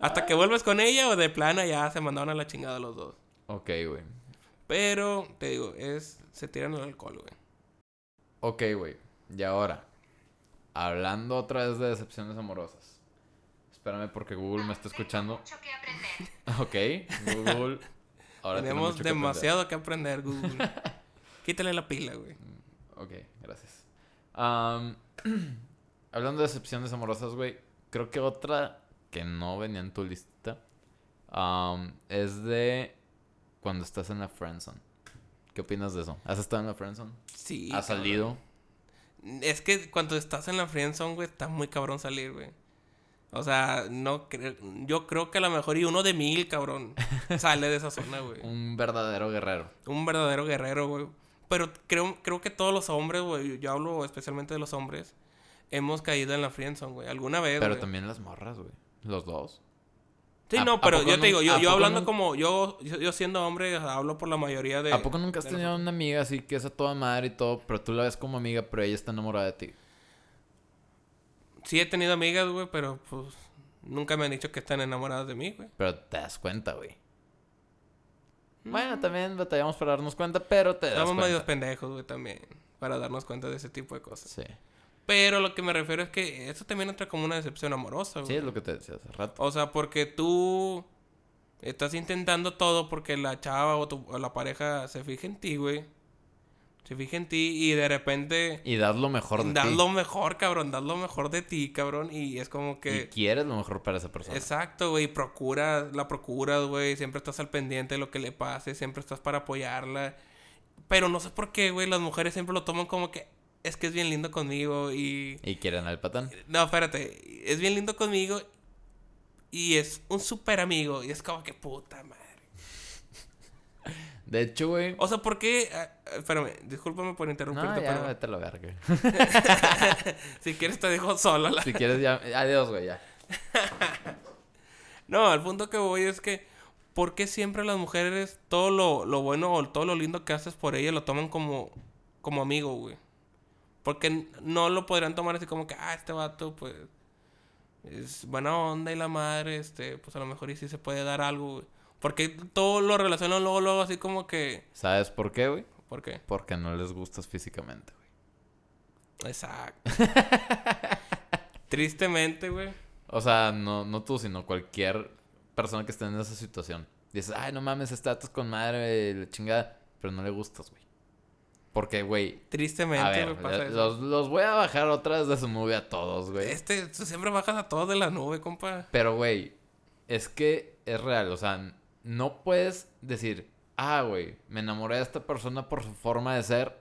S2: Hasta que vuelves con ella o de plana ya se mandaron a la chingada los dos.
S1: Ok, güey.
S2: Pero te digo, es se tiran al alcohol, güey.
S1: Ok, güey. Y ahora, hablando otra vez de decepciones amorosas. Espérame porque Google me está escuchando.
S3: Mucho que aprender.
S1: Ok, Google. Ahora tiene
S2: Tenemos
S1: mucho que aprender.
S2: demasiado que aprender, Google. Quítale la pila, güey.
S1: Ok, gracias. Am, hablando de decepciones amorosas, güey, creo que otra que no venía en tu lista am, es de cuando estás en la friendzone. ¿Qué opinas de eso? ¿Has estado en la friendzone?
S2: Sí.
S1: ¿Has
S2: cabrón.
S1: salido?
S2: Es que cuando estás en la friendzone, güey, está muy cabrón salir, güey. O sea, no creo... Yo creo que a lo mejor y uno de mil, cabrón, sale de esa zona, güey.
S1: Un verdadero guerrero.
S2: Un verdadero guerrero, güey. Pero creo, creo que todos los hombres, güey, yo hablo especialmente de los hombres, hemos caído en la friendzone, güey. Alguna vez,
S1: Pero
S2: güey.
S1: también las morras, güey. Los dos.
S2: Sí,
S1: ¿A-
S2: no,
S1: a
S2: pero
S1: poco
S2: yo te
S1: nun-
S2: digo,
S1: a
S2: yo, yo
S1: poco
S2: hablando
S1: nun-
S2: como... Yo, yo yo siendo hombre, o sea, hablo por la mayoría de...
S1: ¿A poco nunca has
S2: de
S1: tenido una amiga así que es a toda madre y todo, pero tú la ves como amiga, pero ella está enamorada de ti?
S2: nosotros. Sí he tenido amigas, güey, pero pues... Nunca me han dicho que están enamoradas de mí, güey.
S1: Pero te das cuenta, güey. Bueno, también batallamos para darnos cuenta, pero te das
S2: Estamos
S1: cuenta.
S2: medios pendejos, güey, también. Para darnos cuenta de ese tipo de cosas.
S1: Sí.
S2: Pero lo que me refiero es que eso también entra como una decepción amorosa,
S1: Sí,
S2: güey.
S1: es lo que te decía hace rato.
S2: O sea, porque tú estás intentando todo porque la chava o, tu- o la pareja se fija en ti, güey. Se fija en ti y de repente
S1: Y das lo mejor de
S2: das
S1: ti.
S2: lo mejor, cabrón. Das lo mejor de ti, cabrón. Y es como
S1: Y
S2: que...
S1: quieres lo mejor para esa persona.
S2: Exacto, güey. Procura, la procuras, güey. Siempre estás al pendiente de lo que le pase. Siempre estás para apoyarla. Pero no sé por qué, güey. Las mujeres siempre lo toman como que es que es bien lindo conmigo y.
S1: Y quieren al patán.
S2: No, espérate. Es bien lindo conmigo y es un súper amigo. Y es como que puta madre.
S1: De hecho, güey.
S2: O sea, ¿por qué? Ah, ah, Espérame, discúlpame por interrumpirte,
S1: No, ya,
S2: pero
S1: vete a la verga.
S2: si quieres te dejo sola. La...
S1: si quieres, ya. Adiós, güey, ya.
S2: No, al punto que voy es que, ¿por qué siempre las mujeres todo lo, lo bueno o todo lo lindo que haces por ellas lo toman como, como amigo, güey? Porque n- no lo podrían tomar así como que, ah, este vato, pues, es buena onda y la madre, este, pues a lo mejor y sí se puede dar algo, güey. Porque todo lo relacionan luego, luego, así como que,
S1: ¿Sabes por qué, güey?
S2: ¿por qué?
S1: Porque no les gustas físicamente, güey.
S2: Exacto. Tristemente, güey.
S1: O sea, no, no tú, sino cualquier persona que esté en esa situación. Dices, ay, no mames, estatus con madre, la chingada. Pero no le gustas, güey. Porque, güey,
S2: Tristemente
S1: a ver,
S2: me pasa
S1: lo-
S2: eso.
S1: los, los voy a bajar otras de su movie a todos, güey.
S2: Este, tú siempre bajas a todos de la nube, compa.
S1: Pero, güey, es que es real. O sea, no puedes decir, ah, güey, me enamoré de esta persona por su forma de ser,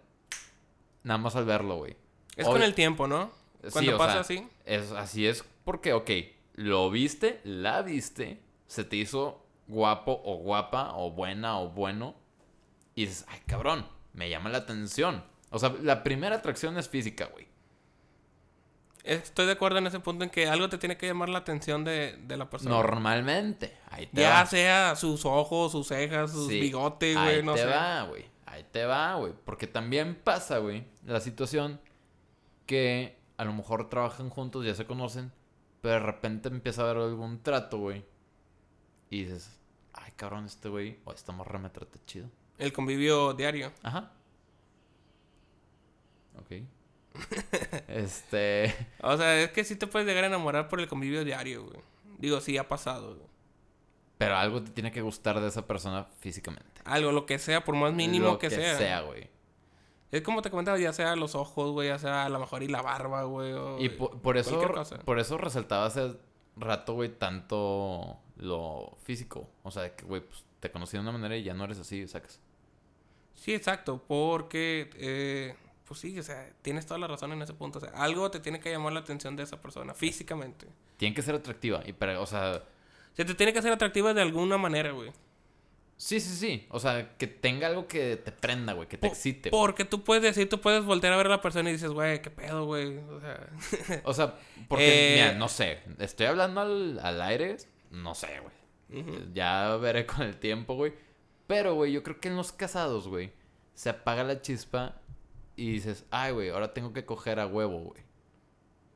S1: nada más al verlo, güey.
S2: Es
S1: Obvio-
S2: con el tiempo, ¿no?
S1: Sí,
S2: Cuando
S1: o
S2: pasa
S1: sea,
S2: así.
S1: Es, así es porque, ok, lo viste, la viste, se te hizo guapo o guapa o buena o bueno. Y dices, ay, cabrón, me llama la atención. O sea, la primera atracción es física, güey.
S2: Estoy de acuerdo en ese punto en que algo te tiene que llamar la atención de, de la persona.
S1: Normalmente. Ahí te
S2: Ya
S1: va.
S2: sea sus ojos, sus cejas, sus
S1: Sí.
S2: bigotes, güey,
S1: Ahí
S2: no
S1: te
S2: sé.
S1: va, güey. Ahí te va, güey. Porque también pasa, güey, la situación que a lo mejor trabajan juntos, ya se conocen, pero de repente empieza a haber algún trato, güey. Y dices, ay, cabrón, este güey, o esta morra me trata chido.
S2: El convivio diario.
S1: Ajá. Ok. este.
S2: O sea, es que sí te puedes llegar a enamorar por el convivio diario, güey. Digo, sí, ha pasado. güey.
S1: Pero algo te tiene que gustar de esa persona físicamente.
S2: Algo, lo que sea, por más mínimo
S1: Lo
S2: que, sea.
S1: güey.
S2: Es como te comentaba, ya sea los ojos, güey, ya sea a lo mejor y la barba, güey. o-
S1: Y po- por, eso
S2: cualquier cosa.
S1: por eso resaltaba hace rato, güey, tanto lo físico. O sea, de que, güey, pues, te conocí de una manera y ya no eres así, sacas.
S2: Sí, exacto, porque, eh, pues sí, o sea, tienes toda la razón en ese punto. O sea, algo te tiene que llamar la atención de esa persona físicamente.
S1: Tiene que ser atractiva. Y para, o sea,
S2: Se te tiene que hacer atractiva de alguna manera, güey.
S1: sí, sí, sí. O sea, que tenga algo que te prenda, güey, que te
S2: Po-
S1: excite. güey.
S2: Porque tú puedes decir, tú puedes voltear a ver a la persona y dices, güey, qué pedo, güey. O sea,
S1: O sea, porque,
S2: Eh.
S1: mira, no sé. Estoy hablando al, al aire, no sé, güey.
S2: ujú.
S1: eh, Ya veré con el tiempo, güey. Pero, güey, yo creo que en los casados, güey, se apaga la chispa y dices, ay, güey, ahora tengo que coger a huevo, güey.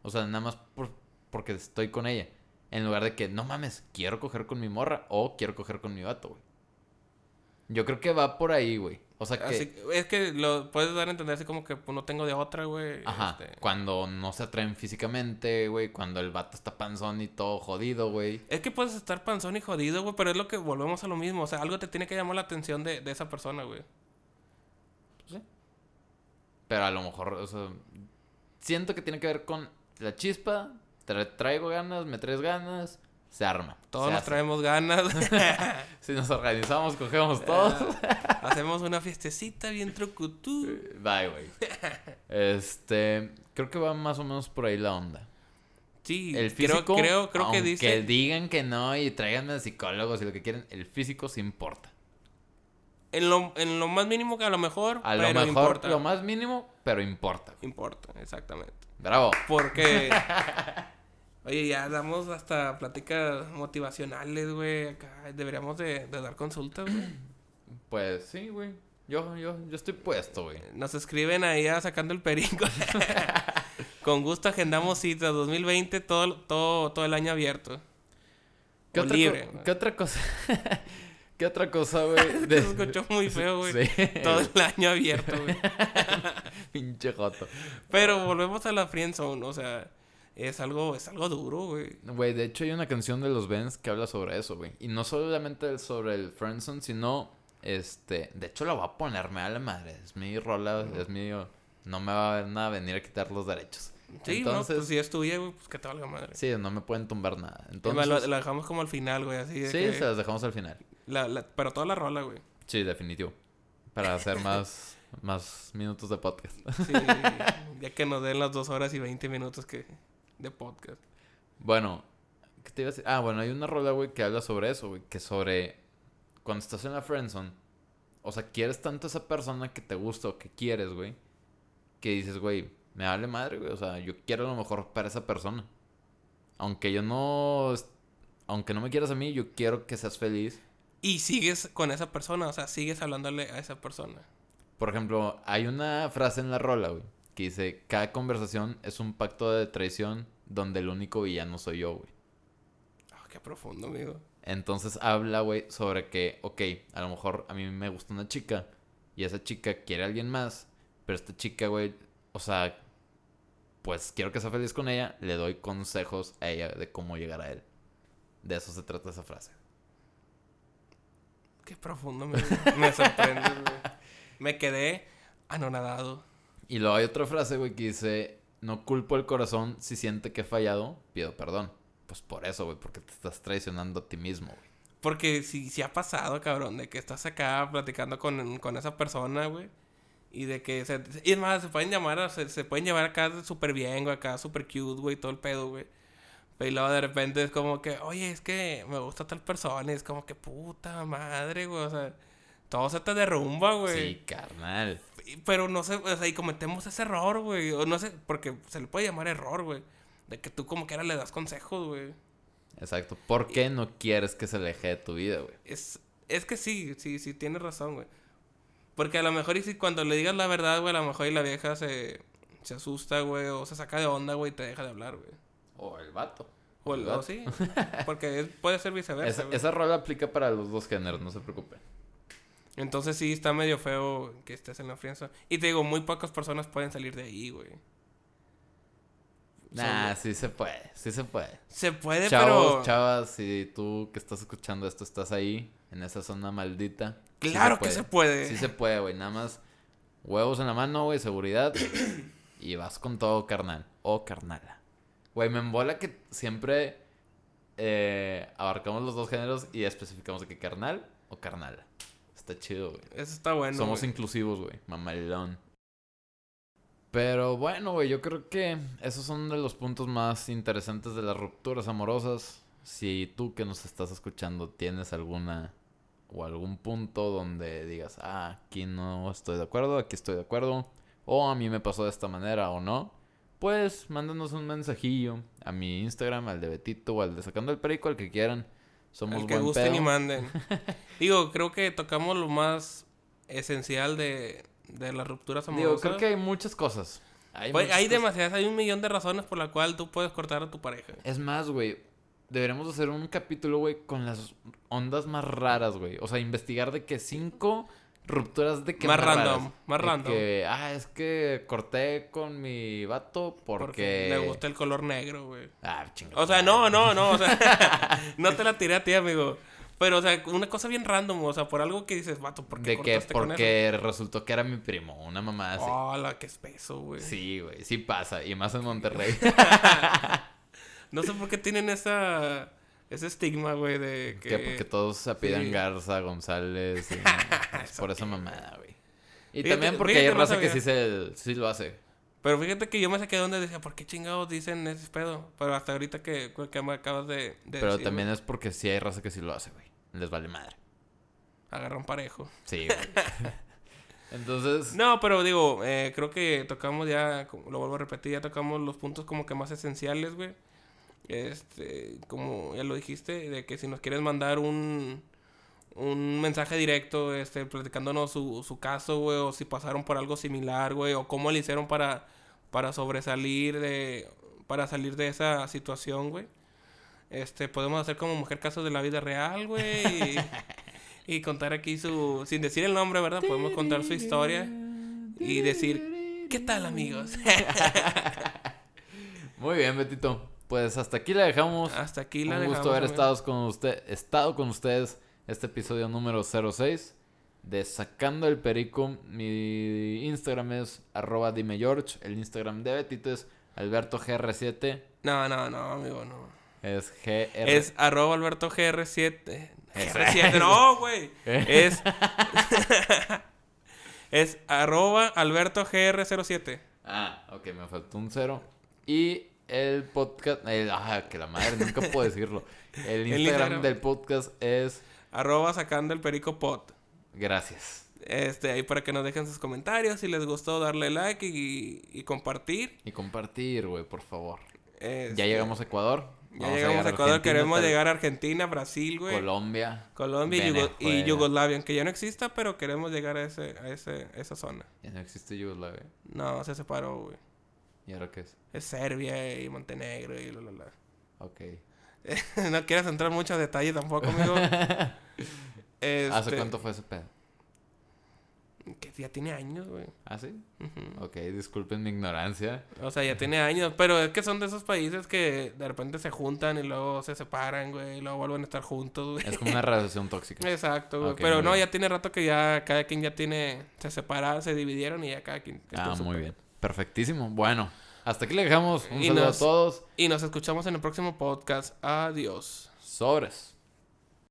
S1: O sea, nada más por- porque estoy con ella. En lugar de que, no mames, quiero coger con mi morra o quiero coger con mi vato, güey. Yo creo que va por ahí, güey. O sea que,
S2: Así- es que lo puedes dar a entender así como que pues, no tengo de otra, güey.
S1: ajá,
S2: este.
S1: cuando no se atraen físicamente, güey, cuando el vato está panzón y todo jodido, güey.
S2: Es que puedes estar panzón y jodido, güey, pero es lo que volvemos a lo mismo. O sea, algo te tiene que llamar la atención de, de esa persona, güey.
S1: Pero a lo mejor, o sea, siento que tiene que ver con la chispa, tra- traigo ganas, me traes ganas, se arma.
S2: Todos
S1: se
S2: nos
S1: hace.
S2: traemos ganas.
S1: Si nos organizamos, cogemos todos.
S2: Ah, Hacemos una fiestecita bien trucutú.
S1: Bye, güey. Este, creo que va más o menos por ahí la onda.
S2: Sí,
S1: El físico,
S2: creo, creo, creo que
S1: aunque
S2: dice.
S1: digan que no y tráiganme a psicólogos y lo que quieren, el físico sí importa.
S2: En lo, en lo más mínimo que a lo mejor.
S1: A lo
S2: pero
S1: mejor
S2: importa.
S1: lo más mínimo, pero importa. güey.
S2: Importa, exactamente.
S1: Bravo.
S2: Porque. Oye, ya damos hasta pláticas motivacionales, güey. Acá deberíamos de, de dar consultas, güey.
S1: Pues sí, güey. Yo, yo, yo estoy puesto, güey.
S2: Nos escriben ahí a sacando el perico. Con gusto agendamos citas 2020, todo, todo, todo el año abierto.
S1: ¿Qué
S2: O
S1: otra,
S2: libre.
S1: co- ¿Qué otra cosa? ¿Qué otra cosa, güey? De-
S2: Se escuchó muy feo, güey.
S1: Sí,
S2: Todo el año abierto, güey.
S1: pinche joto.
S2: Pero volvemos a la friendzone, o sea, es algo, es algo duro, güey.
S1: Güey, de hecho hay una canción de los Benz que habla sobre eso, güey. Y no solamente el- sobre el friendzone, sino este, de hecho la voy a ponerme a la madre, es mi rola, es mío. No me va a nada venir a quitar los derechos.
S2: Sí,
S1: Entonces,
S2: no, pues si es tuya, güey, pues que te valga madre.
S1: sí, no me pueden tumbar nada.
S2: Entonces,
S1: Entonces,
S2: la, la dejamos como al final, güey, así de
S1: sí,
S2: que-
S1: se las dejamos al final.
S2: la- la- pero toda la rola, güey.
S1: Sí, definitivo. Para hacer más más minutos de podcast.
S2: Sí, ya que nos den las dos horas y 20 minutos que de podcast.
S1: Bueno, ¿qué te iba a decir? Ah, bueno, hay una rola, güey, que habla sobre eso, güey. Que sobre cuando estás en la friendzone, o sea, quieres tanto a esa persona que te gusta o que quieres, güey, que dices, güey, me vale madre, güey. O sea, yo quiero lo mejor para esa persona. Aunque yo no. est- Aunque no me quieras a mí, yo quiero que seas feliz.
S2: Y sigues con esa persona, o sea, sigues hablándole a esa persona.
S1: Por ejemplo, hay una frase en la rola, güey, que dice: Cada conversación es un pacto de traición donde el único villano soy yo, güey.
S2: Ah, qué profundo, amigo.
S1: Entonces habla, güey, sobre que, ok, a lo mejor a mí me gusta una chica y esa chica quiere a alguien más, pero esta chica, güey, o sea, pues quiero que sea feliz con ella, le doy consejos a ella de cómo llegar a él. De eso se trata esa frase.
S2: Qué profundo, me, me sorprende, güey. Me quedé anonadado.
S1: Y luego hay otra frase, güey, que dice, no culpo el corazón si siente que he fallado, pido perdón. Pues por eso, güey, porque te estás traicionando a ti mismo, güey.
S2: Porque si, si ha pasado, cabrón, de que estás acá platicando con, con esa persona, güey. Y de que se, y es más, se pueden llamar, a- se, se pueden llevar acá súper bien, güey, acá súper cute, güey, todo el pedo, güey. Y luego de repente es como que, oye, es que me gusta tal persona. Y es como que puta madre, güey. O sea, todo se te derrumba, güey.
S1: Sí, carnal.
S2: Y- Pero no sé, o sea, y cometemos ese error, güey. O no sé, porque se le puede llamar error, güey. De que tú como que ahora le das consejos, güey.
S1: Exacto. ¿Por qué no quieres que se aleje de tu vida, güey?
S2: Es, es que sí, sí, sí, tienes razón, güey. Porque a lo mejor y si cuando le digas la verdad, güey, a lo mejor y la vieja se, se asusta, güey, o se saca de onda, güey, y te deja de hablar, güey.
S1: O el vato.
S2: O, el- o
S1: vato.
S2: sí, porque es- puede ser viceversa.
S1: Esa,
S2: güey.
S1: esa rola aplica para los dos géneros, no se preocupen.
S2: Entonces sí, está medio feo que estés en la friendzone. Y te digo, muy pocas personas pueden salir de ahí, güey.
S1: Nah, sí se puede, sí se puede.
S2: Se puede,
S1: Chavos,
S2: pero...
S1: chavas, si tú que estás escuchando esto estás ahí, en esa zona maldita. sí
S2: Claro que se puede.
S1: Sí se puede, güey. Nada más huevos en la mano, güey, seguridad. y vas con todo, carnal. O carnala. Güey, me embola que siempre eh, abarcamos los dos géneros y especificamos de que carnal o carnala. Está chido, güey.
S2: Eso está bueno.
S1: Somos
S2: güey.
S1: inclusivos, güey. Mamalón. Pero bueno, güey, yo creo que esos son de los puntos más interesantes de las rupturas amorosas. Si tú que nos estás escuchando tienes alguna o algún punto donde digas, ah, aquí no estoy de acuerdo, aquí estoy de acuerdo, o a mí me pasó de esta manera o no, pues mándanos un mensajillo a mi Instagram, al de Betito o al de Sacando el Perico, al que quieran. Somos
S2: Al que
S1: buen
S2: gusten y
S1: pedo.
S2: manden. Digo, creo que tocamos lo más esencial de, de las rupturas
S1: Digo,
S2: amorosas.
S1: creo que hay muchas cosas. Hay,
S2: Pues,
S1: muchas
S2: hay
S1: cosas.
S2: demasiadas, hay un millón de razones por la cual tú puedes cortar a tu pareja.
S1: Es más, güey, deberíamos hacer un capítulo, güey, con las ondas más raras, güey. O sea, investigar de que cinco rupturas de que
S2: Más random,
S1: raras.
S2: más
S1: De
S2: random.
S1: que, ah, es que corté con mi vato porque...
S2: Porque le gusta el color negro, güey.
S1: Ah, chingada.
S2: O sea, no, no, no, o sea, no te la tiré a ti, amigo. Pero, o sea, una cosa bien random, o sea, por algo que dices, vato, ¿por qué
S1: De que
S2: cortaste con
S1: porque resultó que era mi primo, una mamada
S2: eso?
S1: así.
S2: Hola, qué espeso, güey.
S1: Sí, güey, sí pasa, y más en Monterrey.
S2: No sé por qué tienen esa, ese estigma, güey, de que...
S1: Que porque todos se apidan
S2: sí.
S1: Garza, González. y- es por esa mamada, güey. Y
S2: Fíjate-
S1: también porque
S2: fíjate,
S1: hay
S2: no
S1: raza que
S2: sabía.
S1: sí, se, sí lo hace.
S2: Pero fíjate que yo me saqué de donde decía, ¿por qué chingados dicen ese pedo? Pero hasta ahorita que, que me acabas de, de
S1: Pero
S2: decir,
S1: también es porque sí hay raza que sí lo hace, güey. Les vale madre.
S2: güey, agarran parejo.
S1: Sí, güey. Entonces,
S2: No, pero digo, eh, creo que tocamos ya, como- lo vuelvo a repetir, ya tocamos los puntos como que más esenciales, güey. Este, como ya lo dijiste, de que si nos quieres mandar un, un mensaje directo, este, platicándonos su, su caso, güey, o si pasaron por algo similar, güey, o cómo le hicieron para, para sobresalir de, para salir de esa situación, güey. Este, podemos hacer como mujer casos de la vida real, güey. Y, y contar aquí su, sin decir el nombre, ¿verdad? Podemos contar su historia y decir, ¿qué tal, amigos?
S1: muy bien, Betito. Pues hasta aquí la dejamos.
S2: Hasta aquí
S1: Un
S2: la dejamos.
S1: gusto haber
S2: amigos.
S1: estado con, usted, estado con ustedes este episodio número 06 de Sacando el Perico. Mi Instagram es arroba dime George. El Instagram de Betito es albertogr7.
S2: No, no, no, amigo, no.
S1: Es GR.
S2: Es arroba Alberto GR7.
S1: Eso
S2: GR7,
S1: es.
S2: no, güey.
S1: Eh.
S2: Es. es arroba Alberto GR07.
S1: Ah, ok, me faltó un cero. Y el podcast. el- ah, que la madre, nunca puedo decirlo. El Instagram,
S2: El Instagram.
S1: del podcast es.
S2: Arroba sacando el perico pot.
S1: Gracias.
S2: Este, ahí para que nos dejen sus comentarios. Si les gustó, darle like y, y compartir.
S1: Y compartir, güey, por favor.
S2: Este,
S1: Ya llegamos a Ecuador.
S2: Ya
S1: vamos
S2: llegamos a
S1: llegar
S2: Ecuador.
S1: Argentina,
S2: Queremos
S1: tal-
S2: llegar a Argentina, Brasil, güey.
S1: Colombia.
S2: Colombia y, Yugo- y
S1: Venezuela.
S2: Yugoslavia. Aunque ya no exista, pero queremos llegar a, ese, a, ese, a esa zona.
S1: Ya no existe Yugoslavia.
S2: No, se separó, güey.
S1: ¿Y ahora qué es?
S2: Es Serbia y Montenegro y bla, bla, bla.
S1: Ok.
S2: no quieras entrar mucho en detalle tampoco, amigo. Este,
S1: ¿Hace cuánto fue ese pedo?
S2: Que ya tiene años, güey.
S1: ¿Ah, sí? Ok, disculpen mi ignorancia.
S2: O sea, ya tiene años. Pero es que son de esos países que de repente se juntan y luego se separan, güey. Y luego vuelven a estar juntos, güey.
S1: Es como una relación tóxica. Ah,
S2: Exacto, güey.
S1: Ok,
S2: pero
S1: muy
S2: no,
S1: bien.
S2: ya tiene rato que ya cada quien ya tiene... Se separaron, se dividieron y ya cada quien...
S1: Ah,
S2: estuvo su-
S1: muy bien. Perfectísimo. Bueno, hasta aquí le dejamos. Un
S2: Y
S1: saludo
S2: nos-
S1: a todos.
S2: Y nos escuchamos en el próximo podcast. Adiós.
S1: Sobres.